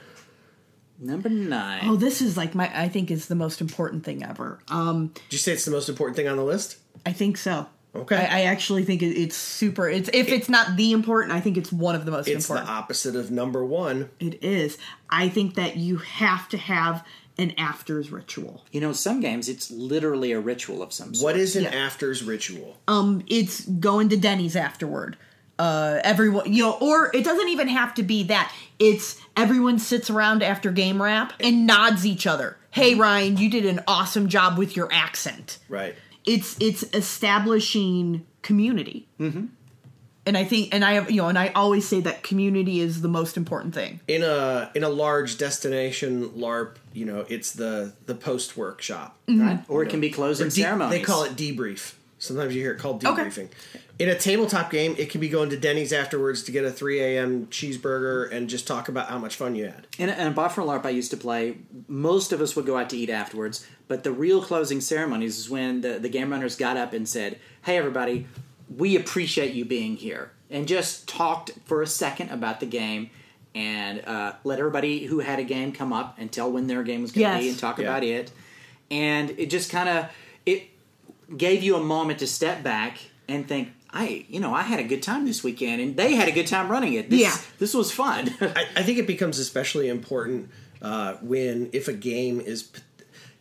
Speaker 2: Number nine.
Speaker 3: Oh, this is like my I think is the most important thing ever. Um,
Speaker 1: Did you say it's the most important thing on the list?
Speaker 3: I think so.
Speaker 1: Okay.
Speaker 3: I, I actually think it, it's super. It's if it's not the important, I think it's one of the most
Speaker 1: It's the
Speaker 3: important.
Speaker 1: opposite of number one.
Speaker 3: it is. I think that you have to have an afters ritual.
Speaker 2: You know, some games it's literally a ritual of some sort.
Speaker 1: What is an
Speaker 3: Yeah.
Speaker 1: afters ritual?
Speaker 3: Um, it's going to Denny's afterward. Uh, everyone, you know, or it doesn't even have to be that. It's everyone sits around after game wrap and nods each other. Hey, Ryan, you did an awesome job with your accent.
Speaker 1: right.
Speaker 3: it's it's establishing community and i think and i have you know and i always say that community is the most important thing
Speaker 1: In a in a large destination LARP, you know, it's the the post workshop.
Speaker 3: Mm-hmm.
Speaker 2: Right? Or it can be closing ceremonies.
Speaker 1: They call it debrief. Sometimes you hear it called debriefing. In a tabletop game, it can be going to Denny's afterwards to get a 3 a.m. cheeseburger and just talk about how much fun you had.
Speaker 2: In a, in a Boffer LARP I used to play, most of us would go out to eat afterwards, but the real closing ceremonies is when the, the game runners got up and said, Hey, everybody, we appreciate you being here. And just talked for a second about the game and uh, let everybody who had a game come up and tell when their game was going to
Speaker 3: Yes.
Speaker 2: be and talk
Speaker 1: Yeah.
Speaker 2: about it. And it just kind of it gave you a moment to step back and think, Hey, you know, I had a good time this weekend, and they had a good time running it. This,
Speaker 3: Yeah.
Speaker 2: this was fun. (laughs)
Speaker 1: I, I think it becomes especially important uh, when if a game is, p-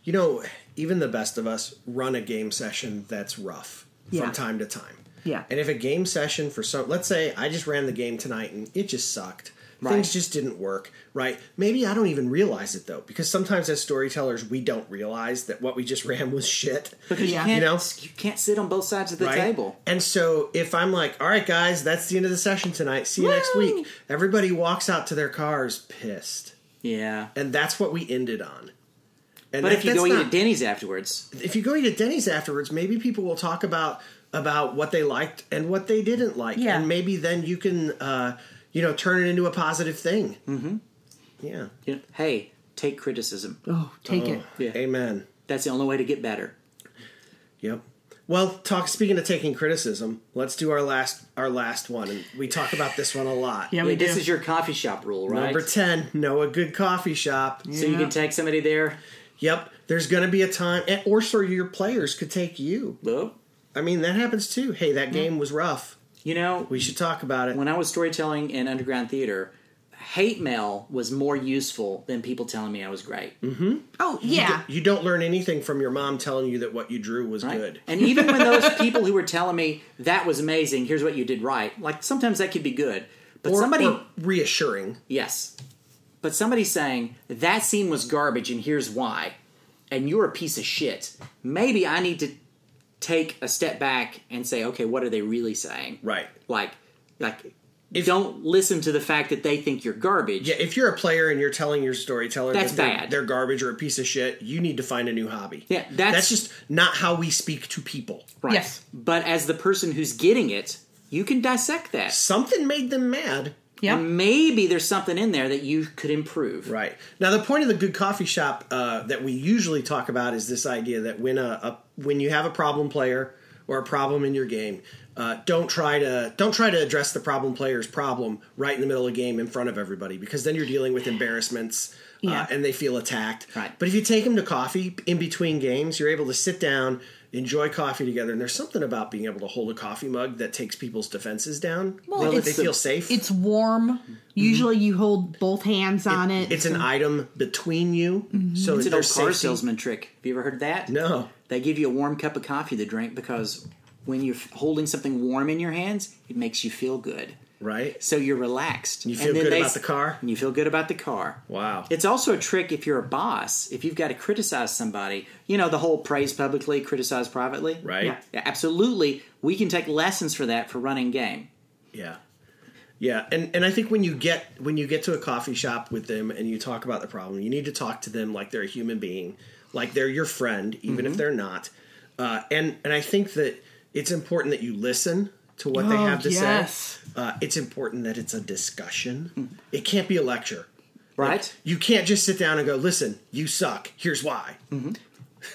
Speaker 1: you know, even the best of us run a game session that's rough
Speaker 3: Yeah.
Speaker 1: from time to time.
Speaker 3: Yeah.
Speaker 1: And if a game session for some, let's say I just ran the game tonight and it just sucked. Things just didn't work, right? Maybe I don't even realize it though, because sometimes as storytellers we don't realize that what we just (laughs) ran was shit.
Speaker 2: Because
Speaker 3: Yeah.
Speaker 2: you can't
Speaker 1: You know?
Speaker 2: you can't sit on both sides of the
Speaker 1: right?
Speaker 2: table.
Speaker 1: And so if I'm like, all right, guys, that's the end of the session tonight. See you next week. Everybody walks out to their cars pissed
Speaker 2: Yeah.
Speaker 1: and that's what we ended on. And
Speaker 2: But
Speaker 1: that-
Speaker 2: if you
Speaker 1: that's
Speaker 2: go eat
Speaker 1: not-
Speaker 2: at Denny's afterwards,
Speaker 1: if you go eat at Denny's afterwards, maybe people will talk about about what they liked and what they didn't like,
Speaker 3: Yeah.
Speaker 1: and maybe then you can uh, you know turn it into a positive thing. Mm-hmm. Yeah.
Speaker 2: you know, hey, take criticism.
Speaker 3: oh take it
Speaker 2: Yeah.
Speaker 1: Amen.
Speaker 2: That's the only way to get better.
Speaker 1: Yep. Well, talk. Speaking of taking criticism, let's do our last our last one, and we talk about this one a lot.
Speaker 3: Yeah, we do.
Speaker 2: this is your coffee shop rule, right?
Speaker 1: Number ten, know a good coffee shop.
Speaker 2: So you can take somebody there.
Speaker 1: Yep, there's going to be a time, and- or so your players could take you.
Speaker 2: Well,
Speaker 1: I mean, that happens too. Hey, that game was rough.
Speaker 2: you know,
Speaker 1: We should talk about it.
Speaker 2: when I was storytelling in underground theater, hate mail was more useful than people telling me I was great.
Speaker 1: Mm,
Speaker 3: oh yeah.
Speaker 1: You don't learn anything from your mom telling you that what you drew was
Speaker 2: right?
Speaker 1: good.
Speaker 2: And even
Speaker 1: (laughs)
Speaker 2: when those people who were telling me that was amazing, here's what you did right. Like sometimes that could be good, but
Speaker 1: Or-
Speaker 2: somebody,
Speaker 1: or reassuring.
Speaker 2: yes, but somebody saying that scene was garbage and here's why, and you're a piece of shit. Maybe I need to take a step back and say, okay, what are they really saying?
Speaker 1: Right.
Speaker 2: Like, like. don't listen to the fact that they think you're garbage.
Speaker 1: Yeah, if you're a player and you're telling your storyteller
Speaker 2: That's
Speaker 1: that they're,
Speaker 2: bad.
Speaker 1: they're garbage or a piece of shit, you need to find a new hobby.
Speaker 2: Yeah, that's-
Speaker 1: just not how we speak to people.
Speaker 2: Right.
Speaker 3: Yes.
Speaker 2: But as the person who's getting it, you can dissect that.
Speaker 1: Something made them mad.
Speaker 3: Yep.
Speaker 2: And maybe there's something in there that you could improve.
Speaker 1: Right. Now, the point of the good coffee shop uh, that we usually talk about is this idea that when a, a when you have a problem player or a problem in your game, uh, don't try to don't try to address the problem player's problem right in the middle of the game in front of everybody because then you're dealing with embarrassments. Uh,
Speaker 3: Yeah.
Speaker 1: and they feel attacked.
Speaker 2: Right.
Speaker 1: But if you take them to coffee in between games, you're able to sit down, enjoy coffee together, and there's something about being able to hold a coffee mug that takes people's defenses down. Well, that
Speaker 3: it's
Speaker 1: they
Speaker 2: the-
Speaker 1: feel safe.
Speaker 3: It's warm. Usually you hold both hands on it. Mm-hmm.
Speaker 1: It's an item between you, so
Speaker 2: It's an old
Speaker 1: there's
Speaker 2: car
Speaker 1: safety.
Speaker 2: salesman trick. Have you ever heard that?
Speaker 1: No.
Speaker 2: They give you a warm cup of coffee to drink because when you're f- holding something warm in your hands, it makes you feel good.
Speaker 1: Right?
Speaker 2: So you're relaxed. You
Speaker 1: feel good about the car?
Speaker 2: And you feel good about the car.
Speaker 1: Wow.
Speaker 2: It's also a trick if you're a boss, if you've got to criticize somebody. You know, the whole praise publicly, criticize privately.
Speaker 1: right? Yeah.
Speaker 3: Yeah.
Speaker 2: Yeah, absolutely. We can take lessons for that for running game.
Speaker 1: yeah. And and I think when you get when you get to a coffee shop with them and you talk about the problem, you need to talk to them like they're a human being, like they're your friend, even
Speaker 3: Mm-hmm.
Speaker 1: if they're not. Uh, and and I think that it's important that you listen to what they
Speaker 3: Oh,
Speaker 1: have to
Speaker 3: yes. Mm.
Speaker 1: say. Uh, it's important that it's a discussion. It can't be a lecture.
Speaker 2: Right?
Speaker 1: You can't just sit down and go, "Listen, you suck. Here's why."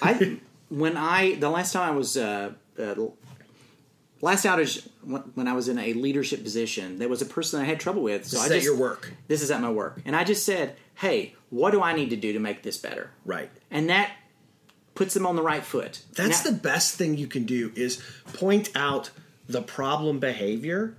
Speaker 2: I when I the last time I was uh, uh, last outage when when I was in a leadership position, there was a person I had trouble with. So
Speaker 1: This
Speaker 2: I
Speaker 1: is at
Speaker 2: just
Speaker 1: your work,
Speaker 2: This is at my work, and I just said, "Hey, what do I need to do to make this better?"
Speaker 1: right?
Speaker 2: And that puts them on the right foot.
Speaker 1: That's the best thing you can do is point out the problem behavior,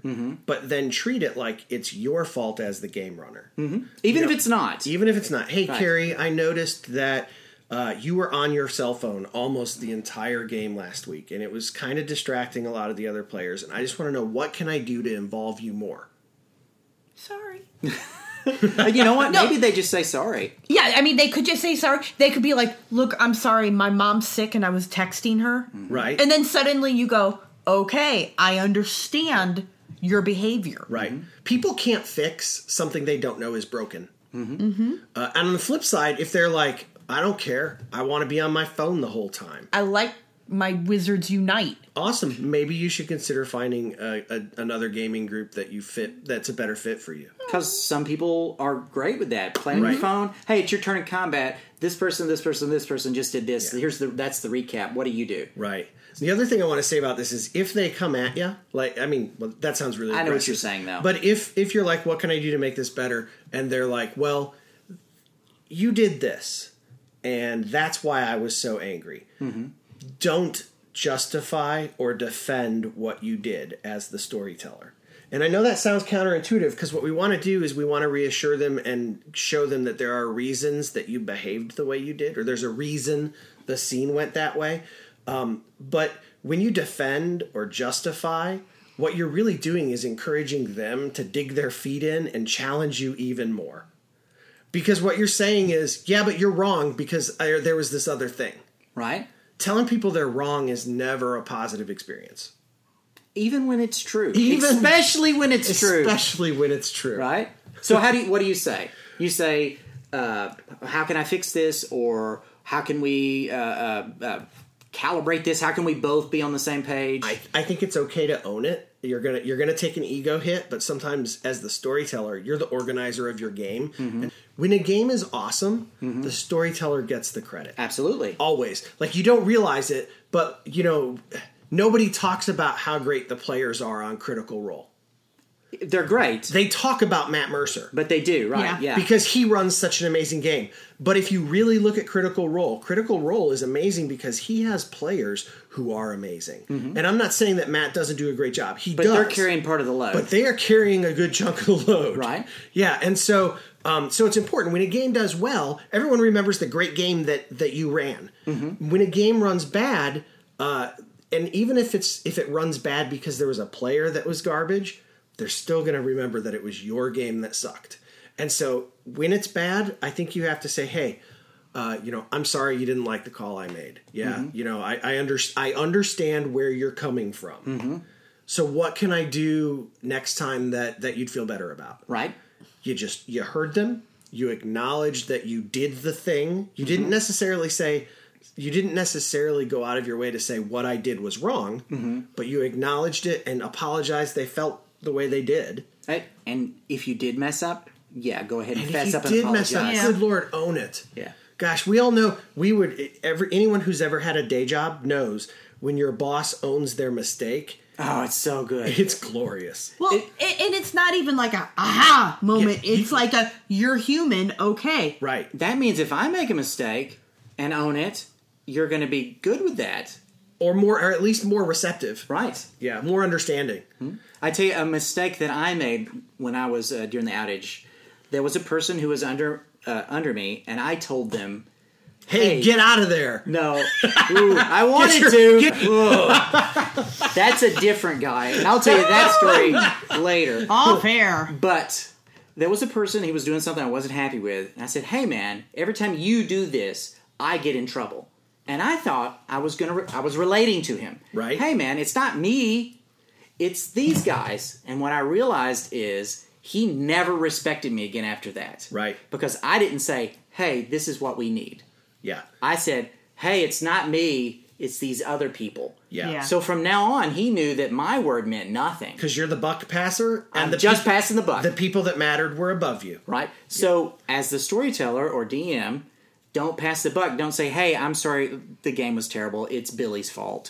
Speaker 1: but then treat it like it's your fault as the game runner.
Speaker 2: the even if it's not.
Speaker 1: Even if it's not, hey, Carrie, I noticed that uh, you were on your cell phone almost the entire game last week, and it was kind of distracting a lot of the other players. And I just want to know what can I do to involve you more?
Speaker 3: sorry.
Speaker 2: But you
Speaker 1: (laughs)
Speaker 2: know what? Maybe they just say sorry.
Speaker 3: Yeah, I mean they could just say sorry. They could be like, "Look, I'm sorry. My mom's sick and I was texting her."
Speaker 1: Right?
Speaker 3: And then suddenly you go, "Okay, I understand your behavior."
Speaker 1: Right. People can't fix something they don't know is broken. Mm-hmm. Uh, and on the flip side, if they're like, I don't care, I want to be on my phone the whole time.
Speaker 3: I like my Wizards Unite.
Speaker 1: Awesome. Maybe you should consider finding a, a, another gaming group that you fit that's a better fit for you.
Speaker 2: Because some people are great with that. Playing on
Speaker 1: Right.
Speaker 2: your phone. Hey, it's your turn in combat. This person, this person, this person just did this. Here's the that's the recap. What do you do?
Speaker 1: Right. The other thing I want to say about this is if they come at you, like I mean, well, that sounds really.
Speaker 2: I know what
Speaker 1: aggressive.
Speaker 2: you're saying, though.
Speaker 1: But if if you're like, what can I do to make this better? And they're like, well, you did this, and that's why I was so angry.
Speaker 2: Mm-hmm.
Speaker 1: Don't justify or defend what you did as the storyteller. And I know that sounds counterintuitive because what we want to do is we want to reassure them and show them that there are reasons that you behaved the way you did, or there's a reason the scene went that way. But when you defend or justify, what you're really doing is encouraging them to dig their feet in and challenge you even more. Because what you're saying is, yeah, but you're wrong because I, there was this other thing.
Speaker 2: right?
Speaker 1: Telling people they're wrong is never a positive experience,
Speaker 2: Even when it's true.
Speaker 1: Even-
Speaker 2: especially when it's true.
Speaker 1: especially when it's true.
Speaker 2: Right? So how do you, what do you say? You say, uh, how can I fix this? Or how can we uh, uh, uh, calibrate this? How can we both be on the same page?
Speaker 1: I, I think it's okay to own it. You're gonna you're gonna take an ego hit, but sometimes as the storyteller, you're the organizer of your game.
Speaker 2: Mm-hmm.
Speaker 1: And when a game is awesome, the storyteller gets the credit.
Speaker 2: Absolutely.
Speaker 1: always like you don't realize it but you know nobody talks about how great the players are on Critical Role.
Speaker 2: They're great,
Speaker 1: They talk about Matt Mercer
Speaker 2: but they do right. Yeah,
Speaker 3: Yeah.
Speaker 1: because he runs such an amazing game. But if you really look at Critical Role, Critical Role is amazing because he has players who are amazing. And I'm not saying that Matt doesn't do a great job. He
Speaker 2: Mm-hmm. but
Speaker 1: does.
Speaker 2: they're carrying part of the load.
Speaker 1: but they are carrying a good chunk of the load.
Speaker 2: Right.
Speaker 1: Yeah, and so um, so it's important when a game does well, everyone remembers the great game that that you ran. When a game runs bad, uh, and even if it's if it runs bad because there was a player that was garbage, they're still going to remember that it was your game that sucked. And so when it's bad, I think you have to say, hey. Uh, you know, I'm sorry you didn't like the call I made. Yeah, you know, I I, under, I understand where you're coming from. So what can I do next time that that you'd feel better about?
Speaker 2: right.
Speaker 1: You just you heard them, you acknowledged that you did the thing. You didn't necessarily say you didn't necessarily go out of your way to say what I did was wrong, but you acknowledged it and apologized they felt the way they did.
Speaker 2: Hey, And if you did mess up, yeah, go ahead and,
Speaker 1: And
Speaker 2: fess
Speaker 1: if you
Speaker 2: up and
Speaker 1: did
Speaker 2: apologize.
Speaker 1: mess up,
Speaker 3: Yeah.
Speaker 1: good lord, own it.
Speaker 2: Yeah.
Speaker 1: Gosh, we all know we would every anyone who's ever had a day job knows when your boss owns their mistake,
Speaker 2: Oh, it's so good.
Speaker 1: it's glorious.
Speaker 3: Well, a- and it's not even like a aha moment.
Speaker 1: Yeah, you-
Speaker 3: it's like a you're human, okay.
Speaker 1: Right.
Speaker 2: That means if I make a mistake and own it, you're going to be good with that,
Speaker 1: Or more or at least more receptive.
Speaker 2: right?
Speaker 1: Yeah, more understanding.
Speaker 2: I tell you a mistake that I made when I was uh, during the outage. There was a person who was under uh, under me, and I told them
Speaker 1: Hey,
Speaker 2: Hey.
Speaker 1: get out of there. (laughs)
Speaker 2: no. Ooh, I wanted
Speaker 1: Get
Speaker 2: to.
Speaker 1: your- get-
Speaker 2: Whoa. That's a different guy, and I'll tell you that
Speaker 1: (laughs)
Speaker 2: story later.
Speaker 3: All fair.
Speaker 2: But there was a person he was doing something I wasn't happy with, and I said, "Hey, man, every time you do this, I get in trouble." And I thought I was gonna, re- I was relating to him.
Speaker 1: Right.
Speaker 2: Hey, man, it's not me, it's these guys. And what I realized is he never respected me again after that.
Speaker 1: Right.
Speaker 2: Because I didn't say, "Hey, this is what we need."
Speaker 1: Yeah.
Speaker 2: I said, "Hey, it's not me, it's these other people."
Speaker 1: Yeah.
Speaker 3: Yeah.
Speaker 2: So from now on, he knew that my word meant nothing.
Speaker 1: Cuz you're the buck passer and
Speaker 2: I'm
Speaker 1: the
Speaker 2: just
Speaker 1: peop-
Speaker 2: passing the buck.
Speaker 1: the people that mattered were above you.
Speaker 2: right? So, as the storyteller or DM, don't pass the buck. Don't say, "Hey, I'm sorry, the game was terrible. It's Billy's fault,"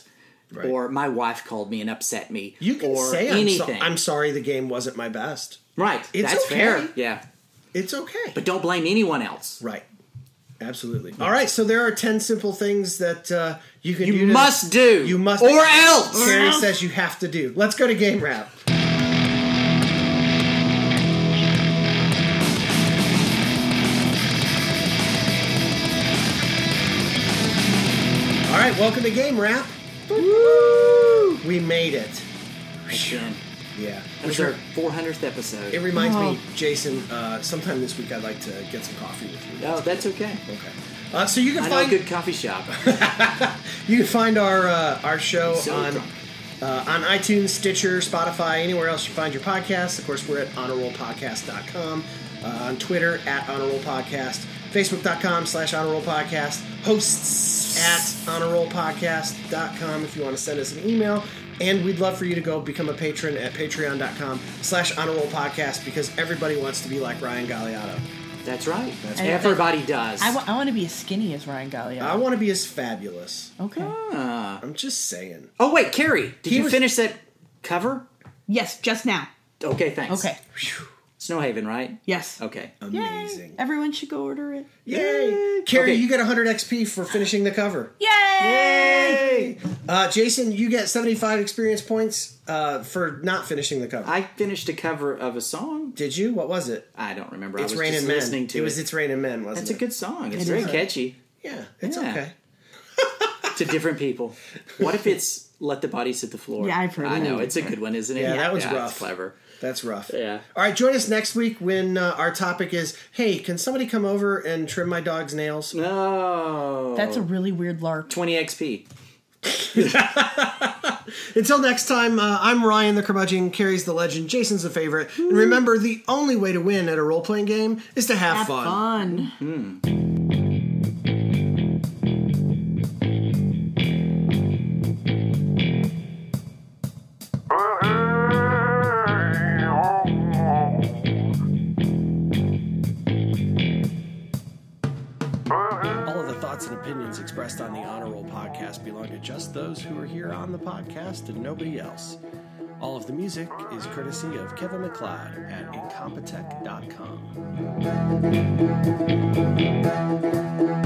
Speaker 1: Right.
Speaker 2: or "My wife called me and upset me."
Speaker 1: You can
Speaker 2: or
Speaker 1: say I'm, so-
Speaker 2: anything.
Speaker 1: I'm sorry the game wasn't my best.
Speaker 2: right.
Speaker 1: It's
Speaker 2: That's fair.
Speaker 1: okay.
Speaker 2: Yeah,
Speaker 1: It's okay.
Speaker 2: but don't blame anyone else.
Speaker 1: right. Absolutely. All right, so there are 10 simple things that uh, you can
Speaker 2: You,
Speaker 1: do to-
Speaker 2: must do.
Speaker 1: You must-
Speaker 2: or else.
Speaker 1: Carrie says you have to do. Let's go to game wrap. All right, welcome to game wrap. We made it.
Speaker 2: Again,
Speaker 1: Yeah.
Speaker 2: that was our 400th episode.
Speaker 1: It reminds
Speaker 3: Oh.
Speaker 1: me, Jason. Uh, sometime this week, I'd like to get some coffee with you.
Speaker 2: oh, that's okay.
Speaker 1: Okay. Uh, so you can
Speaker 2: I know a
Speaker 1: find
Speaker 2: good
Speaker 1: (laughs)
Speaker 2: coffee shop.
Speaker 1: you can find our uh, our show
Speaker 2: So
Speaker 1: on
Speaker 2: drunk.
Speaker 1: uh, on iTunes, Stitcher, Spotify, anywhere else you find your podcasts. Of course, we're at honorrollpodcast.com, uh, on Twitter at honorrollpodcast, facebook.com slash honorrollpodcast, hosts at honorrollpodcast.com if you want to send us an email. And we'd love for you to go become a patron at patreon.com slash honorrollpodcast because everybody wants to be like Ryan Galliano.
Speaker 2: That's right. That's
Speaker 3: right.
Speaker 2: Everybody does.
Speaker 3: I, wa- I want to be as skinny as Ryan
Speaker 1: I
Speaker 3: Galliano.
Speaker 1: want to be as fabulous.
Speaker 3: Okay.
Speaker 2: Ah.
Speaker 1: I'm just saying.
Speaker 2: oh wait, Carrie, did
Speaker 1: He
Speaker 2: you
Speaker 1: was-
Speaker 2: finish that cover?
Speaker 3: Yes, just now.
Speaker 2: Okay, thanks.
Speaker 3: Okay.
Speaker 2: Snowhaven, right?
Speaker 3: Yes.
Speaker 2: Okay.
Speaker 1: Um,
Speaker 3: Yay.
Speaker 1: Amazing.
Speaker 3: Everyone should go order it.
Speaker 1: Yay! Carrie,
Speaker 2: Okay.
Speaker 1: you get 100 XP for finishing the cover.
Speaker 3: Yay!
Speaker 1: Yay! Uh, Jason, you get 75 experience points uh, for not finishing the cover.
Speaker 2: I finished a cover of a song.
Speaker 1: Did you? What was it?
Speaker 2: I don't remember.
Speaker 1: It's
Speaker 2: I was
Speaker 1: Rain
Speaker 2: just
Speaker 1: and
Speaker 2: listening
Speaker 1: Men.
Speaker 2: to
Speaker 1: it was It's Rain and Men, wasn't
Speaker 2: It's
Speaker 1: it?
Speaker 2: a good song. It's
Speaker 3: It
Speaker 2: very
Speaker 3: is.
Speaker 2: catchy
Speaker 1: Yeah, it's
Speaker 2: Yeah.
Speaker 1: okay.
Speaker 2: to different people. What if it's "Let the Body Hit the Floor"?
Speaker 3: Yeah, I've heard
Speaker 2: I
Speaker 3: that
Speaker 2: know
Speaker 3: one.
Speaker 2: it's a good one, isn't it?
Speaker 1: Yeah, that one's
Speaker 2: it's
Speaker 1: rough.
Speaker 2: clever.
Speaker 1: That's rough.
Speaker 2: Yeah.
Speaker 1: All right, join us next week when uh, our topic is hey, can somebody come over and trim my dog's nails?
Speaker 2: No,
Speaker 3: That's a really weird lark.
Speaker 2: Oh. twenty XP.
Speaker 1: Until next time, uh, I'm Ryan the curmudgeon, Carrie's the legend, Jason's the favorite. And remember, the only way to win at a role playing game is to have,
Speaker 3: Have fun.
Speaker 1: All of the thoughts and opinions expressed on the Honor Roll podcast belong to just those who are here on the podcast and nobody else. All of the music is courtesy of Kevin McLeod at incompetech.com.